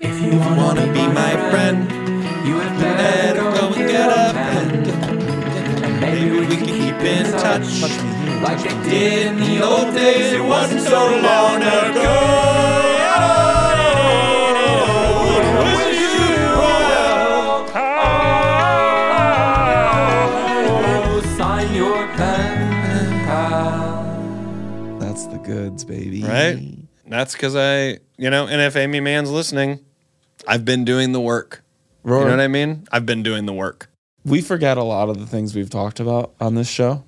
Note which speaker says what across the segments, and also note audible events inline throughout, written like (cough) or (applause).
Speaker 1: If you wanna be my friend, you had better go and get a pen. Maybe we can keep in touch like they did in the old days. It wasn't so long ago. With you. Oh, sign your pen, pal.
Speaker 2: That's the goods, baby.
Speaker 3: Right? That's because I, you know, and if Amy Mann's listening, I've been doing the work. You
Speaker 2: Roar.
Speaker 3: know what I mean? I've been doing the work.
Speaker 2: We forget a lot of the things we've talked about on this show.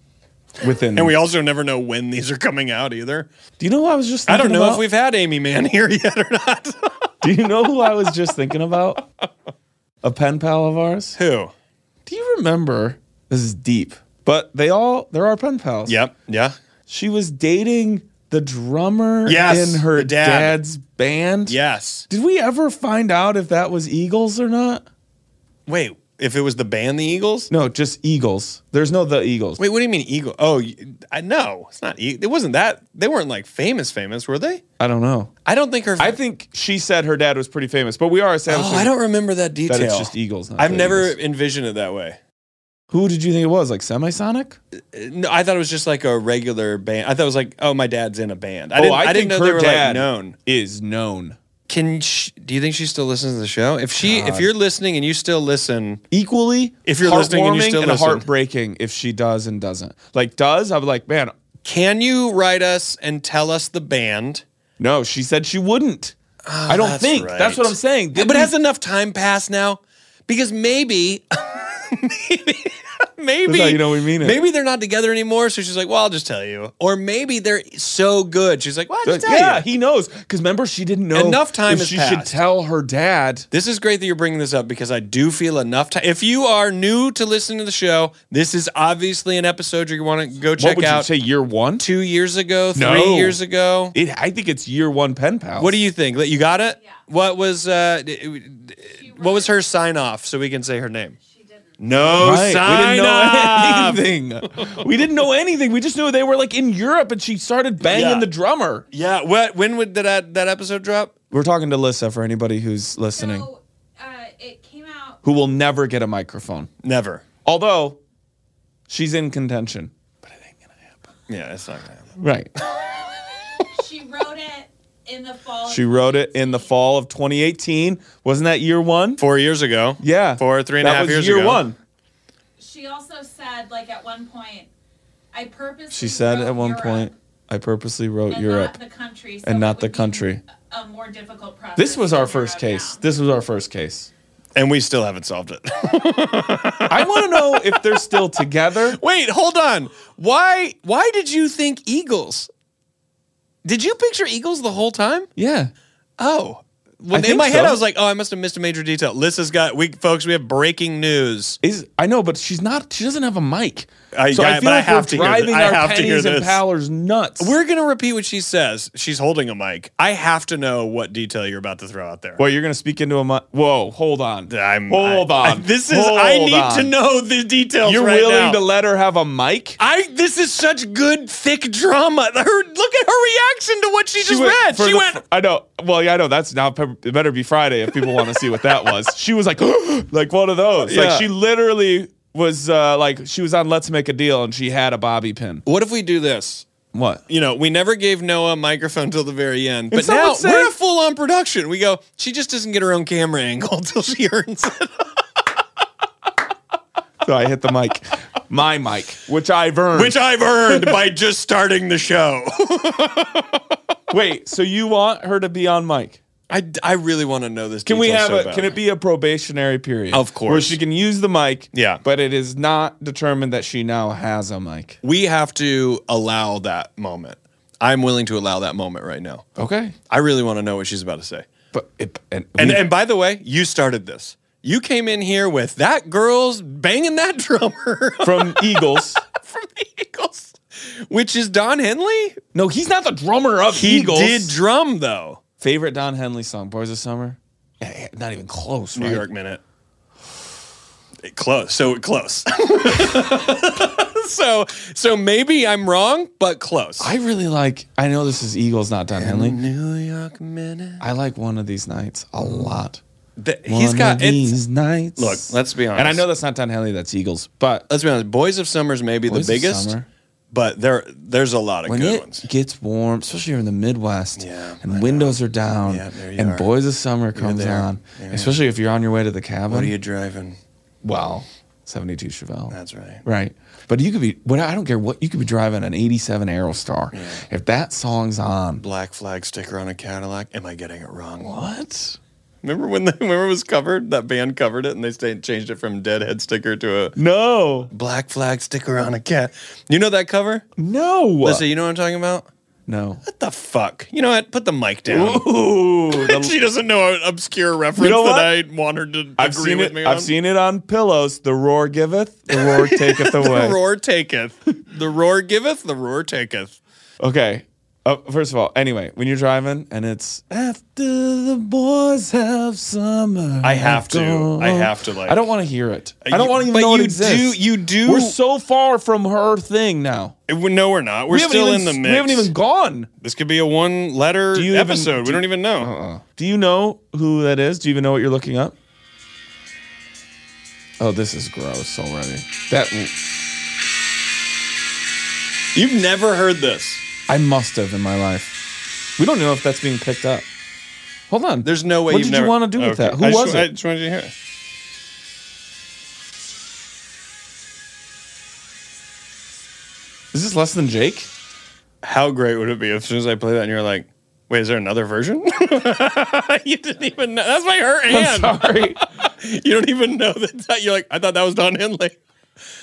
Speaker 2: Within,
Speaker 3: And we also never know when these are coming out either.
Speaker 2: do you know who I was just?
Speaker 3: I don't
Speaker 2: thinking
Speaker 3: know if
Speaker 2: about?
Speaker 3: we've had Amy Mann (laughs) here yet or not.
Speaker 2: Do you know who I was just thinking about? (laughs) A pen pal of ours.
Speaker 3: Who?
Speaker 2: Do you remember? This is deep, but they all there are pen pals.
Speaker 3: Yep. Yeah.
Speaker 2: She was dating the drummer
Speaker 3: Yes,
Speaker 2: in her
Speaker 3: the dad.
Speaker 2: dad's band.
Speaker 3: Yes.
Speaker 2: Did we ever find out if that was Eagles or not?
Speaker 3: Wait, if it was the band, the Eagles?
Speaker 2: No, just Eagles. There's no the Eagles.
Speaker 3: Wait, what do you mean Eagle? Oh, y- I know. It's not E It wasn't that. They weren't like famous, famous, were they?
Speaker 2: I don't know.
Speaker 3: I don't think her.
Speaker 2: I think she said her dad was pretty famous, but we are
Speaker 3: oh,
Speaker 2: establishing.
Speaker 3: I don't remember that detail.
Speaker 2: That it's just Eagles. Not
Speaker 3: I've
Speaker 2: the
Speaker 3: never
Speaker 2: Eagles.
Speaker 3: envisioned it that way.
Speaker 2: Who did you think it was? Like Semisonic?
Speaker 3: No, I thought it was just like a regular band. I thought it was like, oh, my dad's in a band. I
Speaker 2: Oh,
Speaker 3: didn't,
Speaker 2: I
Speaker 3: I didn't
Speaker 2: think
Speaker 3: know
Speaker 2: her
Speaker 3: they were
Speaker 2: dad-
Speaker 3: like known.
Speaker 2: Is known
Speaker 3: Can sh do you think she still listens to the show? If she, if you're listening and you still listen,
Speaker 2: equally.
Speaker 3: If you're listening and you
Speaker 2: heartwarming
Speaker 3: still
Speaker 2: and
Speaker 3: listen.
Speaker 2: heartbreaking, if she does and doesn't, like does, I'm like, man,
Speaker 3: can you write us and tell us the band?
Speaker 2: no. She said she wouldn't. I don't
Speaker 3: that's
Speaker 2: think Ah,
Speaker 3: right.
Speaker 2: that's what I'm saying.
Speaker 3: Yeah,
Speaker 2: Did
Speaker 3: but
Speaker 2: we-
Speaker 3: has enough time passed now? Because maybe, (laughs) maybe,
Speaker 2: That's how
Speaker 3: maybe
Speaker 2: you know we mean it.
Speaker 3: Maybe they're not together anymore. So she's like, "Well, I'll just tell you." Or maybe they're so good. She's like, "Well, I'll just tell
Speaker 2: yeah,
Speaker 3: you."
Speaker 2: he knows because remember she didn't know
Speaker 3: Enough time
Speaker 2: if
Speaker 3: has
Speaker 2: she should
Speaker 3: passed.
Speaker 2: tell her dad.
Speaker 3: This is great that you're bringing this up because I do feel enough time. If you are new to listening to the show, this is obviously an episode you want to go
Speaker 2: What
Speaker 3: check
Speaker 2: would you
Speaker 3: out.
Speaker 2: say? Year one?
Speaker 3: Two years ago, three
Speaker 2: No.
Speaker 3: years ago.
Speaker 2: It, I think it's year one pen pal.
Speaker 3: What do you think? You got it? What was uh, d- d- what was her sign off so we can say her name? No sign off.
Speaker 2: we didn't know (laughs) anything. we didn't know anything. We just knew they were like in Europe, and she started banging
Speaker 3: Yeah.
Speaker 2: the drummer.
Speaker 3: (laughs) Yeah. What? When would that that episode drop?
Speaker 2: We're talking to Lissa for anybody who's listening,
Speaker 4: So, uh, it came out.
Speaker 2: who will never get a microphone.
Speaker 3: Never.
Speaker 2: Although she's in contention,
Speaker 3: Yeah, it's not gonna happen.
Speaker 2: right?
Speaker 4: She wrote it in the fall.
Speaker 2: She wrote it in the fall of 2018. Wasn't that year one?
Speaker 3: Four years ago.
Speaker 2: Yeah,
Speaker 3: Four, three and a
Speaker 2: That
Speaker 3: half
Speaker 2: was
Speaker 3: years
Speaker 2: year
Speaker 3: ago.
Speaker 2: one.
Speaker 4: She also said, like at one point, I purposely.
Speaker 2: She said
Speaker 4: wrote
Speaker 2: at one
Speaker 4: Europe
Speaker 2: point, "I purposely wrote
Speaker 4: and
Speaker 2: Europe."
Speaker 4: not the country, so
Speaker 2: and
Speaker 4: it
Speaker 2: not the
Speaker 4: would be
Speaker 2: country.
Speaker 4: A more difficult process.
Speaker 2: This was
Speaker 4: than
Speaker 2: our
Speaker 4: Europe
Speaker 2: first case.
Speaker 4: now.
Speaker 2: This was our first case.
Speaker 3: And we still haven't solved it. (laughs)
Speaker 2: I want to know if they're still together.
Speaker 3: Wait, hold on. Why why did you think Eagles? Did you picture Eagles the whole time?
Speaker 2: Yeah.
Speaker 3: Oh. when,
Speaker 2: I
Speaker 3: in
Speaker 2: think
Speaker 3: my head,
Speaker 2: so.
Speaker 3: I was like, "Oh, I must have missed a major detail." Lissa's got we folks. We have breaking news.
Speaker 2: Is I know, but she's not. She doesn't have a mic.
Speaker 3: I- yeah, but I have to hear
Speaker 2: driving
Speaker 3: this. I
Speaker 2: our
Speaker 3: have to
Speaker 2: pennies
Speaker 3: hear
Speaker 2: and
Speaker 3: this.
Speaker 2: powers nuts.
Speaker 3: We're gonna repeat what she says. She's holding a mic. I have to know what detail you're about to throw out there.
Speaker 2: well, you're gonna speak into a mic. Whoa, hold on.
Speaker 3: I'm,
Speaker 2: hold
Speaker 3: I- I- (laughs)
Speaker 2: on.
Speaker 3: this is. I
Speaker 2: Hold
Speaker 3: need
Speaker 2: on.
Speaker 3: to know the details.
Speaker 2: You're
Speaker 3: right
Speaker 2: willing
Speaker 3: now.
Speaker 2: to let her have a mic?
Speaker 3: I this is such good thick drama. (laughs) Her look at her reaction to what she, just
Speaker 2: went-
Speaker 3: read.
Speaker 2: for
Speaker 3: She
Speaker 2: the
Speaker 3: went.
Speaker 2: fir- I know. Well, yeah, I know. That's now. pe- It better be Friday if people want to see what
Speaker 3: (laughs)
Speaker 2: that was. She was like, (gasps) like one of those.
Speaker 3: Yeah.
Speaker 2: Like she literally was uh, like she was on Let's Make a Deal and she had a bobby pin.
Speaker 3: what if we do this?
Speaker 2: What?
Speaker 3: You know, we never gave Noah a microphone till the very end, but
Speaker 2: someone
Speaker 3: now
Speaker 2: said-
Speaker 3: we're a full-on production. We go. She just doesn't get her own camera angle (laughs) till she earns it.
Speaker 2: So I hit the mic, my mic, which I've earned.
Speaker 3: which I've earned by just starting the show.
Speaker 2: Wait, so you want her to be on mic?
Speaker 3: (laughs) I, I really want to know this.
Speaker 2: Can we
Speaker 3: detail
Speaker 2: have
Speaker 3: so
Speaker 2: a?
Speaker 3: bad.
Speaker 2: Can it be a probationary period?
Speaker 3: Of course.
Speaker 2: where she can use the mic.
Speaker 3: Yeah.
Speaker 2: but it is not determined that she now has a mic.
Speaker 3: We have to allow that moment. I'm willing to allow that moment right now.
Speaker 2: Okay,
Speaker 3: I really want to know what she's about to say.
Speaker 2: but it, and,
Speaker 3: And
Speaker 2: we-
Speaker 3: and by the way, you started this. You came in here with that girl's banging that (laughs) drummer
Speaker 2: from Eagles.
Speaker 3: from the Eagles, which is Don Henley.
Speaker 2: No, he's not the drummer of
Speaker 3: He
Speaker 2: Eagles.
Speaker 3: did drum though.
Speaker 2: Favorite Don Henley song, Boys of Summer? Eh, eh, Not even close,
Speaker 3: New
Speaker 2: right?
Speaker 3: York Minute. It close. So close. (laughs) so so maybe I'm wrong, but close.
Speaker 2: I really like, I know this is Eagles, not Don Henley.
Speaker 3: New York Minute.
Speaker 2: I like One of These Nights a lot.
Speaker 3: The,
Speaker 2: One
Speaker 3: he's got.
Speaker 2: of
Speaker 3: It's,
Speaker 2: These Nights.
Speaker 3: look, let's be honest.
Speaker 2: And I know that's not Don Henley, that's Eagles. But
Speaker 3: Let's be honest. Boys of Summer's maybe
Speaker 2: Boys
Speaker 3: the
Speaker 2: of
Speaker 3: biggest,
Speaker 2: Summer.
Speaker 3: but there there's a lot of
Speaker 2: when
Speaker 3: good
Speaker 2: it
Speaker 3: ones.
Speaker 2: gets warm, especially here in the Midwest,
Speaker 3: Yeah,
Speaker 2: and windows are down,
Speaker 3: Yeah, there you
Speaker 2: and
Speaker 3: are.
Speaker 2: Boys of Summer comes
Speaker 3: there.
Speaker 2: on,
Speaker 3: You're
Speaker 2: especially if you're on your way to the cabin.
Speaker 3: driving?
Speaker 2: Well, 72 Chevelle.
Speaker 3: That's right.
Speaker 2: Right. But you could be, what I don't care what, you could be driving an 87 Aerostar. If that song's on,
Speaker 3: Black flag sticker on a Cadillac. Am I getting it wrong?
Speaker 2: what?
Speaker 3: Remember when the, (laughs) remember it was covered? That band covered it, and they stayed, changed it from Deadhead sticker to a
Speaker 2: No.
Speaker 3: black flag sticker on a cat. You know that cover?
Speaker 2: No.
Speaker 3: Listen, you know what I'm talking about?
Speaker 2: no.
Speaker 3: What the fuck? You know what? Put the mic down. (laughs)
Speaker 2: Ooh.
Speaker 3: she doesn't know an obscure reference
Speaker 2: know what?
Speaker 3: that I want her to
Speaker 2: I've
Speaker 3: agree
Speaker 2: seen
Speaker 3: with
Speaker 2: it.
Speaker 3: me on.
Speaker 2: I've seen it on pillows. The roar giveth, the
Speaker 3: (laughs)
Speaker 2: roar taketh
Speaker 3: the
Speaker 2: away.
Speaker 3: roar taketh. The roar giveth, the roar taketh.
Speaker 2: Okay. Uh, first of all, anyway, when you're driving and it's after the boys have summer.
Speaker 3: I have to.
Speaker 2: gone."
Speaker 3: I have to, like-
Speaker 2: I don't want to hear it. I don't
Speaker 3: You-
Speaker 2: want to even
Speaker 3: but
Speaker 2: know it
Speaker 3: you
Speaker 2: exists.
Speaker 3: do- you do-
Speaker 2: We're so far from her thing now.
Speaker 3: No, we're not. We're
Speaker 2: We haven't
Speaker 3: still
Speaker 2: even-
Speaker 3: in the mix.
Speaker 2: We haven't even gone.
Speaker 3: This could be a one letter
Speaker 2: Do you even-
Speaker 3: episode. we
Speaker 2: do-
Speaker 3: don't even Uh-huh. Uh-uh. know.
Speaker 2: Do you know who that is? Do you even know what you're looking up? Oh, this is gross already. That
Speaker 3: You've never heard this.
Speaker 2: I must have in my life. We don't know if that's being picked up. Hold on.
Speaker 3: There's no way
Speaker 2: What
Speaker 3: you've
Speaker 2: did
Speaker 3: never-
Speaker 2: you want to do with
Speaker 3: Okay.
Speaker 2: that? Who
Speaker 3: I just-
Speaker 2: was
Speaker 3: I
Speaker 2: it?
Speaker 3: just wanted you to hear it.
Speaker 2: Is this less than Jake?
Speaker 3: How great would it be if as soon as I play that and you're like, wait, is there another version? (laughs) you didn't even know. That's my hurt hand.
Speaker 2: I'm (laughs) sorry.
Speaker 3: You don't even know that, that. You're like, I thought that was Don Henley.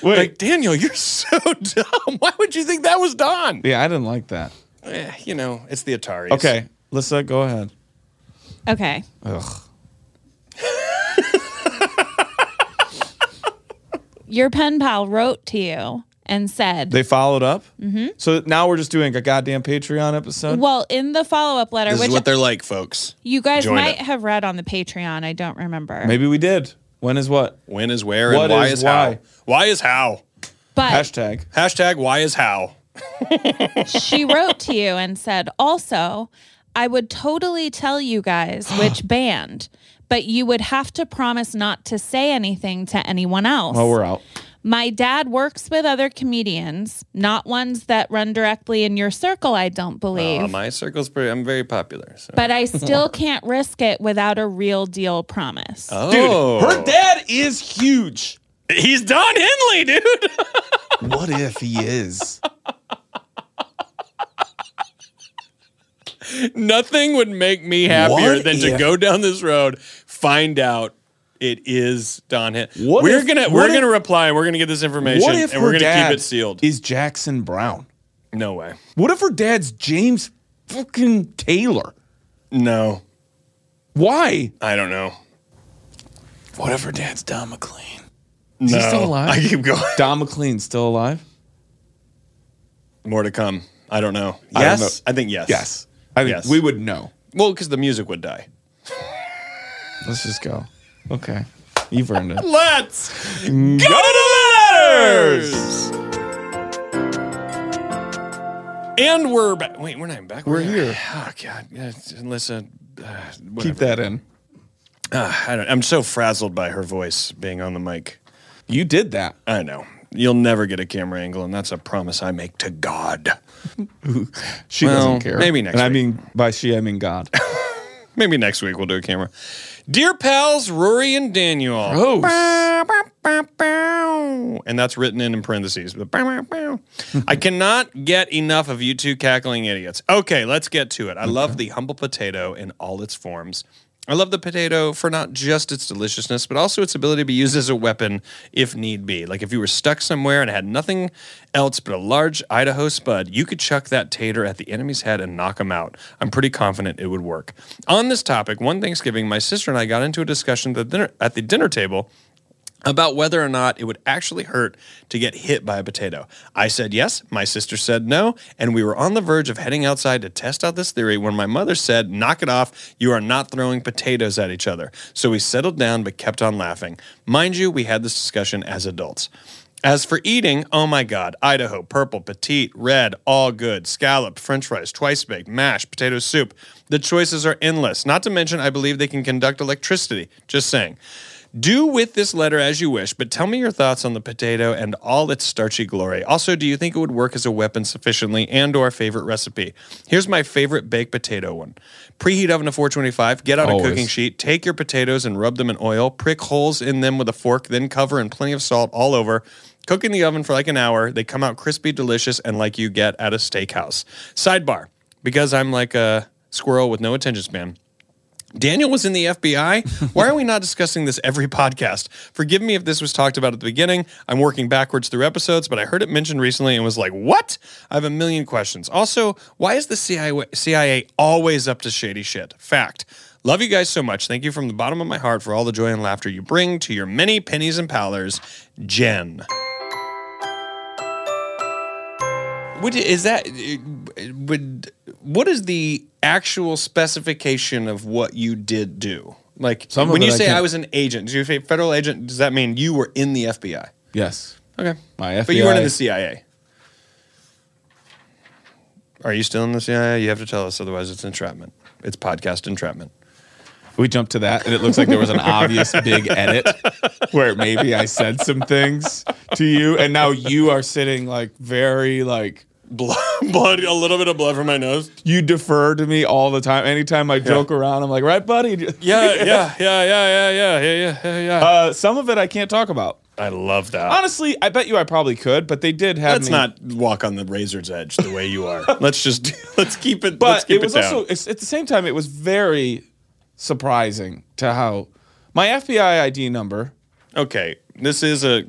Speaker 2: Wait.
Speaker 3: Like, Daniel, you're (laughs) so dumb. Why would you think that was Don?
Speaker 2: yeah, I didn't like that.
Speaker 3: Eh, you know, it's the Atari.
Speaker 2: Okay, Lissa, go ahead.
Speaker 4: Okay.
Speaker 2: Ugh.
Speaker 4: Your pen pal wrote to you and said,
Speaker 2: They followed up. Mm-hmm. So now we're just doing a goddamn Patreon episode.
Speaker 4: well, in the follow up letter,
Speaker 3: This
Speaker 4: which
Speaker 3: is what they're like, folks.
Speaker 4: you guys
Speaker 3: Join
Speaker 4: might
Speaker 3: it.
Speaker 4: have read on the Patreon, I don't remember.
Speaker 2: Maybe we did. When is what?
Speaker 3: When is where and
Speaker 2: What
Speaker 3: why
Speaker 2: is
Speaker 3: is,
Speaker 2: why?
Speaker 3: how? Why is how?
Speaker 4: But
Speaker 2: Hashtag.
Speaker 3: Hashtag why is how?
Speaker 4: she wrote to you and said, also, I would totally tell
Speaker 2: (gasps)
Speaker 4: you guys which band, but you would have to promise not to say anything to anyone else.
Speaker 2: Oh, we're out.
Speaker 4: My dad works with other comedians, not ones that run directly in your circle, I don't believe.
Speaker 3: Uh, my circle's pretty. I'm very popular. So.
Speaker 4: but
Speaker 2: (laughs)
Speaker 4: I still can't risk it without a real deal promise.
Speaker 2: Dude,
Speaker 3: Oh.
Speaker 2: her dad is huge.
Speaker 3: He's Don Henley, dude. (laughs)
Speaker 2: What if he is?
Speaker 3: Nothing would make me happier
Speaker 2: What
Speaker 3: than to
Speaker 2: if-
Speaker 3: go down this road, find out it is Don Henley.
Speaker 2: What
Speaker 3: we're
Speaker 2: if-
Speaker 3: gonna
Speaker 2: what
Speaker 3: we're
Speaker 2: if-
Speaker 3: gonna reply. We're gonna get this information,
Speaker 2: What if
Speaker 3: and we're
Speaker 2: her
Speaker 3: gonna
Speaker 2: dad
Speaker 3: keep it sealed.
Speaker 2: is Jackson Brown?
Speaker 3: No way.
Speaker 2: What if her dad's James fucking Taylor?
Speaker 3: No.
Speaker 2: Why?
Speaker 3: I don't know.
Speaker 2: What if her dad's Don McLean?
Speaker 3: Is
Speaker 2: he still
Speaker 3: (laughs)
Speaker 2: alive?
Speaker 3: I keep going.
Speaker 2: Don McLean's still alive?
Speaker 3: More to come. I don't know.
Speaker 2: I don't
Speaker 3: Yes,
Speaker 2: know.
Speaker 3: I, think yes.
Speaker 2: Yes. I think
Speaker 3: Yes.
Speaker 2: we would know.
Speaker 3: Well, because the music would die.
Speaker 2: Let's just go. Okay. You've earned it.
Speaker 3: Let's go to the letters. And we're back. Wait, we're not even back.
Speaker 2: We're here.
Speaker 3: Oh God! Yeah, it's- Unless uh, uh,
Speaker 2: Keep
Speaker 3: whatever.
Speaker 2: that in.
Speaker 3: Ah, I don't, I'm so frazzled by her voice being on the mic.
Speaker 2: You did that.
Speaker 3: I know you'll never get a camera angle, and that's a promise I make to God.
Speaker 2: She
Speaker 3: Well,
Speaker 2: doesn't care.
Speaker 3: maybe next
Speaker 2: And I
Speaker 3: week.
Speaker 2: mean, by she, I mean God.
Speaker 3: Maybe next week we'll do a camera. Dear pals, Rory and Daniel.
Speaker 2: Oh,
Speaker 3: Bow, bow, bow, bow. And that's written in in parentheses. But bow, bow, bow. I cannot get enough of you two cackling idiots. Okay, let's get to it. I love the humble potato in all its forms. I love the potato for not just its deliciousness, but also its ability to be used as a weapon if need be. Like if you were stuck somewhere and had nothing else but a large Idaho spud, you could chuck that tater at the enemy's head and knock him out. I'm pretty confident it would work. On this topic, one Thanksgiving, my sister and I got into a discussion at the dinner, at the dinner table about whether or not it would actually hurt to get hit by a potato. I said yes, my sister said no, and we were on the verge of heading outside to test out this theory when my mother said, Knock it off, you are not throwing potatoes at each other. So we settled down but kept on laughing. Mind you, we had this discussion as adults. As for eating, oh my God, Idaho, purple, petite, red, all good, scallop, french fries, twice baked, mashed, potato soup. The choices are endless. Not to mention, I believe they can conduct electricity. Just saying. Do with this letter as you wish, but tell me your thoughts on the potato and all its starchy glory. Also, do you think it would work as a weapon sufficiently and or favorite recipe? Here's my favorite baked potato one. Preheat oven to 425, get out
Speaker 2: Always.
Speaker 3: a cooking sheet, take your potatoes and rub them in oil, prick holes in them with a fork, then cover in plenty of salt all over. Cook in the oven for like an hour. They come out crispy, delicious, and like you get at a steakhouse. Sidebar, because I'm like a squirrel with no attention span. Daniel was in the FBI. Why are we not discussing this every podcast? Forgive me if this was talked about at the beginning. I'm working backwards through episodes, but I heard it mentioned recently and was like, what? I have a million questions. Also, why is the CIA, CIA always up to shady shit? Fact. Love you guys so much. Thank you from the bottom of my heart for all the joy and laughter you bring to your many pennies and powders, Jen. Would is that would what is the actual specification of what you did do? Like
Speaker 2: Some of
Speaker 3: when
Speaker 2: it
Speaker 3: you
Speaker 2: I
Speaker 3: say
Speaker 2: can't-
Speaker 3: I was an agent, do you say federal agent? Does that mean you were in the FBI?
Speaker 2: (laughs) yes.
Speaker 3: Okay,
Speaker 2: My
Speaker 3: but you weren't in
Speaker 2: FBI
Speaker 3: the CIA. Are you still in the CIA? You have to tell us, otherwise it's entrapment. It's podcast entrapment.
Speaker 2: We jumped to that, and it looks like there was (laughs) an obvious big edit where maybe I said some things to you, and now you are sitting like very like
Speaker 3: Blood, (laughs) blood, a little bit of blood from my (laughs) nose.
Speaker 2: you defer to me all the time. Anytime I joke around, I'm like, right, buddy.
Speaker 3: Yeah, yeah, yeah, yeah, yeah, yeah, yeah, yeah, yeah.
Speaker 2: Uh, some of it I can't talk about.
Speaker 3: I love that.
Speaker 2: Honestly, I bet you I probably could, but they did have
Speaker 3: Let's
Speaker 2: me-
Speaker 3: not walk on the razor's edge the way you are. (laughs) let's just let's keep it. let's
Speaker 2: But
Speaker 3: keep
Speaker 2: it was
Speaker 3: down.
Speaker 2: also it's, at the same time it was very surprising to how my FBI
Speaker 3: (laughs)
Speaker 2: ID number
Speaker 3: okay. This is a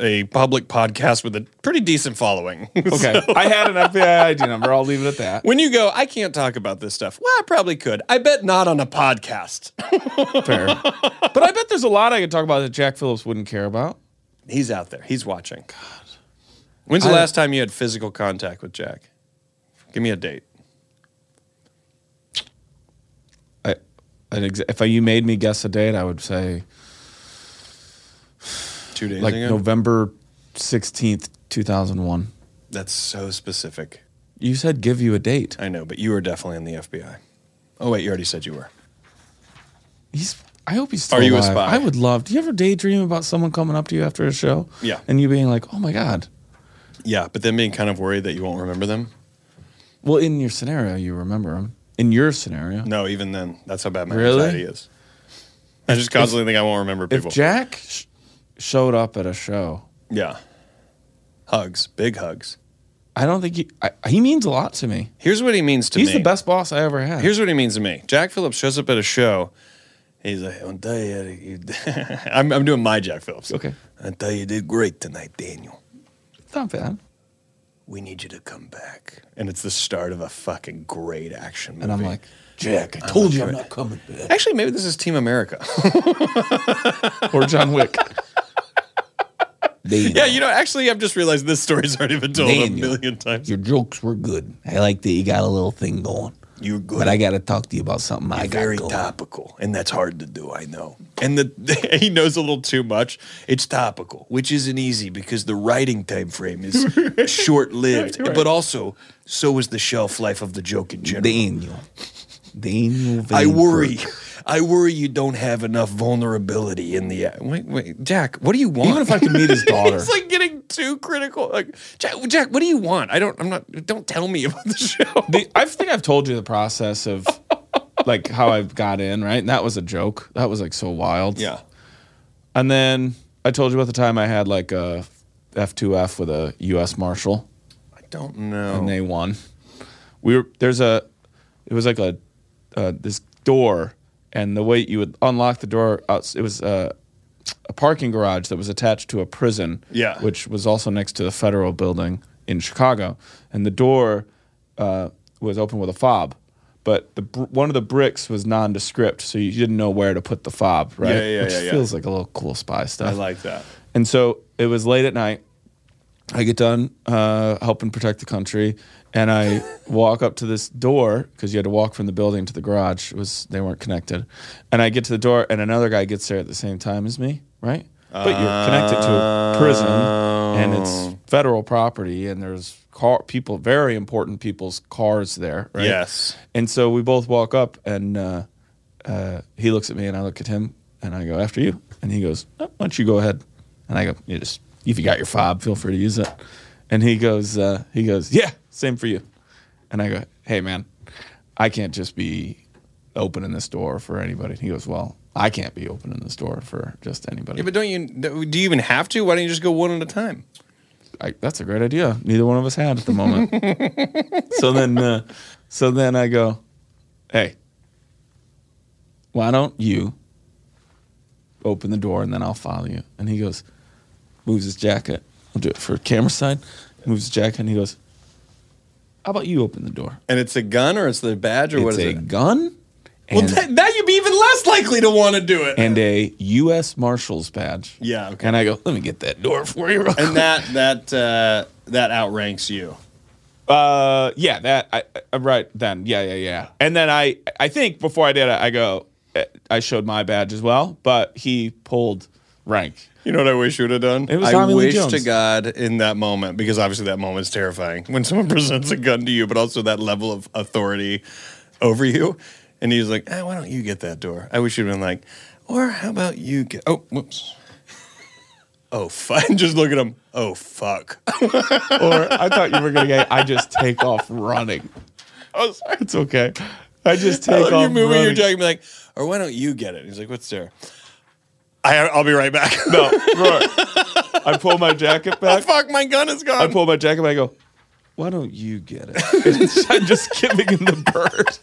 Speaker 3: a public podcast with a pretty decent following. (laughs)
Speaker 2: Okay. I had an FBI ID number. I'll leave it at that.
Speaker 3: when you go, I can't talk about this stuff. Well, I probably could. I bet not on a podcast. (laughs)
Speaker 2: Fair. But I bet there's a lot I could talk about that Jack Phillips wouldn't care about.
Speaker 3: He's out there. He's watching. God. When's the
Speaker 2: I-
Speaker 3: last time you had physical contact with Jack? Give me a date.
Speaker 2: I, an ex- if I, you made me guess a date, I would say
Speaker 3: Two days
Speaker 2: like
Speaker 3: ago.
Speaker 2: November 16th, 2001.
Speaker 3: That's so specific.
Speaker 2: You said give you a date.
Speaker 3: I know, but you were definitely in the FBI. Oh wait, you already said you were.
Speaker 2: He's. I hope he's still
Speaker 3: Are you a
Speaker 2: alive.
Speaker 3: spy?
Speaker 2: I would love. Do you ever daydream about someone coming up to you after a show?
Speaker 3: Yeah.
Speaker 2: And you being like, oh my God.
Speaker 3: Yeah, but then being kind of worried that you won't remember them.
Speaker 2: Well, in your scenario, you remember him. In your scenario.
Speaker 3: No, even then, that's how bad my
Speaker 2: Really?
Speaker 3: anxiety is. I just constantly think I won't remember
Speaker 2: If
Speaker 3: people.
Speaker 2: Jack sh- showed up at a show,
Speaker 3: yeah. Hugs, big hugs.
Speaker 2: I don't think he, I, he means a lot to me.
Speaker 3: Here's what he means to
Speaker 2: He's
Speaker 3: me.
Speaker 2: the best boss I ever had.
Speaker 3: Here's what he means to me. Jack Phillips shows up at a show. He's like, I'll tell you, you- (laughs) I'm, I'm doing my Jack Phillips.
Speaker 2: Okay.
Speaker 3: I tell you, you did great tonight, Daniel.
Speaker 2: not bad.
Speaker 3: We need you to come back. And it's the start of a fucking great action movie.
Speaker 2: And I'm like,
Speaker 1: Jack, I told you I'm not coming back.
Speaker 3: Actually, maybe this is Team America.
Speaker 2: (laughs)
Speaker 3: (laughs)
Speaker 2: or
Speaker 1: (laughs)
Speaker 2: John Wick.
Speaker 1: Daniel,
Speaker 3: yeah, you know, actually, I've just realized this story's already been told a
Speaker 1: Daniel,
Speaker 3: million times.
Speaker 1: Your jokes were good. I like that you got a little thing going.
Speaker 3: You're good.
Speaker 1: But I got to talk to you about something I got
Speaker 3: very
Speaker 1: going.
Speaker 3: topical, and that's hard to do. I know, and the (laughs) he knows a little too much. It's topical, which isn't easy because the writing time frame is
Speaker 2: (laughs)
Speaker 3: short lived, but also so is the shelf life of the joke in general.
Speaker 1: Daniel. Daniel.
Speaker 3: I
Speaker 1: Van
Speaker 3: worry,
Speaker 1: Kirk.
Speaker 3: (laughs) I worry you don't have enough vulnerability in the wait, wait, Jack. What do you want?
Speaker 2: Even if I
Speaker 3: (laughs)
Speaker 2: could meet his daughter.
Speaker 3: It's like getting too critical. Like Jack, Jack, what do you want? I don't. I'm not. Don't tell me about the (laughs) show.
Speaker 2: The, I think I've told you the
Speaker 3: (laughs)
Speaker 2: process of like how I've got in, right? And that was a joke. That was like so wild. And then I told you about the time I had like a F2F with a US Marshal
Speaker 3: I don't know.
Speaker 2: and they won. We were there's a it was like a uh, this door and the way you would unlock the door out it was uh, a parking garage that was attached to a prison
Speaker 3: Yeah.
Speaker 2: which was also next to the federal building in Chicago and the door uh, was open with a fob but the br- one of the bricks was nondescript so you didn't know where to put the fob right
Speaker 3: Yeah, yeah,
Speaker 2: which
Speaker 3: yeah, yeah.
Speaker 2: feels like a little cool spy stuff
Speaker 3: I like that.
Speaker 2: and so it was late at night. I get done uh, helping protect the country, and I walk up to this door because you had to walk from the building to the garage. It was they weren't connected, and I get to the door, and another guy gets there at the same time as me, right? But you're connected to a prison, and it's federal property, and there's car people, very important people's cars there, right?
Speaker 3: Yes.
Speaker 2: And so we both walk up, and uh, uh, he looks at me, and I look at him, and I go after you, and he goes, "Oh, "Why don't you go ahead?" And I go, "You just if you got your fob, feel free to use it." And he goes, uh, "He goes, yeah, same for you." And I go, "Hey, man, I can't just be opening this door for anybody." And he goes, "Well, I can't be opening this door for just anybody."
Speaker 3: Yeah, but don't you? Do you even have to? Why don't you just go one at a time?
Speaker 2: I, that's a great idea. Neither one of us had at
Speaker 3: (laughs)
Speaker 2: the moment. so then, uh, so then I go, hey, why don't you open the door and then I'll follow you? And he goes, moves his jacket. I'll do it for camera side. Moves his jacket and he goes, how about you open the door?
Speaker 3: And it's a gun or it's the badge or what
Speaker 2: it's
Speaker 3: is
Speaker 2: a
Speaker 3: it?
Speaker 2: gun
Speaker 3: Well,
Speaker 2: and,
Speaker 3: that, that you'd be even less likely to want to do it.
Speaker 2: and a U.S. Marshals badge.
Speaker 3: Yeah, okay.
Speaker 2: And I go, let me get that door for you. Real quick.
Speaker 3: And that that uh, that outranks you.
Speaker 2: Uh, yeah, that I, I right then. Yeah, yeah, yeah. And then I, I think before I did it, I go, eh, I showed my badge as well, but he pulled rank.
Speaker 3: You know what I wish you would have done?
Speaker 2: It was
Speaker 3: I
Speaker 2: Tommy Lee
Speaker 3: wish
Speaker 2: Jones.
Speaker 3: to God in that moment, because obviously that moment is terrifying when someone (laughs) presents a gun to you, but also that level of authority over you. And he's like, ah, why don't you get that door? I wish you'd been like, or how about you get, oh, whoops. (laughs) Oh, fuck. (laughs) Just look at him. Oh, fuck.
Speaker 2: (laughs)
Speaker 3: (laughs)
Speaker 2: Or I thought you were gonna get. I just take off running.
Speaker 3: Oh, sorry.
Speaker 2: It's okay. I just
Speaker 3: I
Speaker 2: take
Speaker 3: love
Speaker 2: off.
Speaker 3: Oh, you moving
Speaker 2: running.
Speaker 3: your jacket and be like, or why don't you get it? He's like, what's there? I, I'll be right back. (laughs)
Speaker 2: No, right. I pull my jacket
Speaker 3: oh,
Speaker 2: (laughs) back.
Speaker 3: fuck, my gun is
Speaker 2: I
Speaker 3: gone.
Speaker 2: pull my jacket back. I go. Why don't you get (laughs) it? I'm just giving him the (laughs) bird.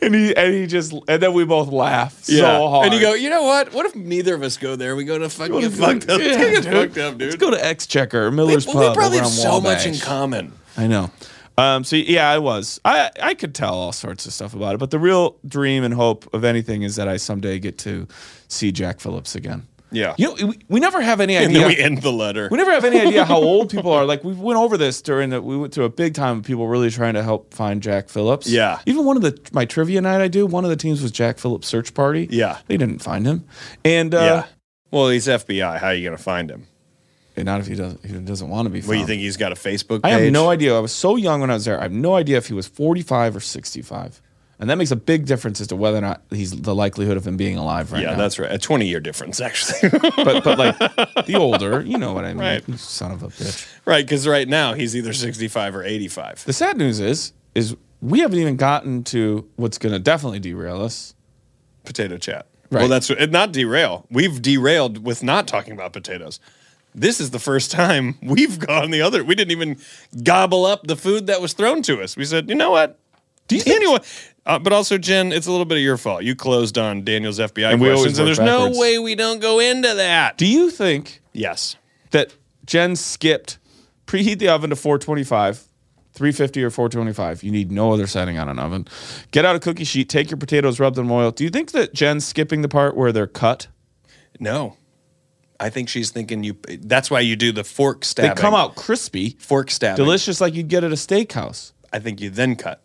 Speaker 2: And he and he just and then we both laugh so hard.
Speaker 3: And you go, you know what? What if neither of us go there? We go to fucking (laughs) get fucked up.
Speaker 2: Yeah,
Speaker 3: get
Speaker 2: dude.
Speaker 3: fucked up, dude.
Speaker 2: Let's go to Exchequer,
Speaker 3: we,
Speaker 2: Miller's
Speaker 3: we
Speaker 2: Pub.
Speaker 3: probably
Speaker 2: over
Speaker 3: have
Speaker 2: on
Speaker 3: so much
Speaker 2: Wabash.
Speaker 3: in
Speaker 2: (laughs)
Speaker 3: common.
Speaker 2: I know. Um, so yeah, I was. I I could tell all sorts of stuff about it, but the real dream and hope of anything is that I someday get to see Jack Phillips again.
Speaker 3: Yeah.
Speaker 2: You know, we, we never have any
Speaker 3: And
Speaker 2: idea.
Speaker 3: then we end the letter.
Speaker 2: We never have (laughs) any idea how old people are. Like we went over this during the we went through a big time of people really trying to help find Jack Phillips.
Speaker 3: Yeah.
Speaker 2: Even one of the my trivia night I do, one of the teams was Jack Phillips search party.
Speaker 3: Yeah.
Speaker 2: They didn't find him. And uh
Speaker 3: yeah. Well, he's FBI. How are you going to find him?
Speaker 2: and not if he doesn't he doesn't want to be found.
Speaker 3: What do you think? He's got a Facebook
Speaker 2: Oh. I
Speaker 3: page?
Speaker 2: have no idea. I was so young when I was there. I have no idea if he was 45 or 65. And that makes a big difference as to whether or not he's the likelihood of him being alive right
Speaker 3: Yeah,
Speaker 2: now.
Speaker 3: that's right. A 20 year difference, actually. (laughs)
Speaker 2: but but like the older, you know what I mean.
Speaker 3: Right.
Speaker 2: You son of a bitch.
Speaker 3: right. Because right now he's either 65 or 85.
Speaker 2: The sad news is is we haven't even gotten to what's going to definitely derail us.
Speaker 3: potato chat.
Speaker 2: Right.
Speaker 3: Well, that's and not derail. We've derailed with not talking about potatoes. This is the first time (laughs) we've gone the other. We didn't even gobble up the food that was thrown to us. We said, you know what? Do you anyway? Uh, but also, Jen, it's a little bit of your fault. You closed on Daniel's FBI
Speaker 2: And we always
Speaker 3: questions, and
Speaker 2: work
Speaker 3: there's
Speaker 2: backwards.
Speaker 3: no way we don't go into that.
Speaker 2: Do you think
Speaker 3: yes.
Speaker 2: that Jen skipped preheat the oven to 425, 350 or 425. You need no other setting on an oven. Get out a cookie sheet, take your potatoes, rub them in oil. Do you think that Jen's skipping the part where they're cut?
Speaker 3: No. I think she's thinking you. That's why you do the fork
Speaker 2: They
Speaker 3: stabbing.
Speaker 2: come out crispy,
Speaker 3: fork stabbing.
Speaker 2: delicious like you'd get at a steakhouse.
Speaker 3: I think you then cut.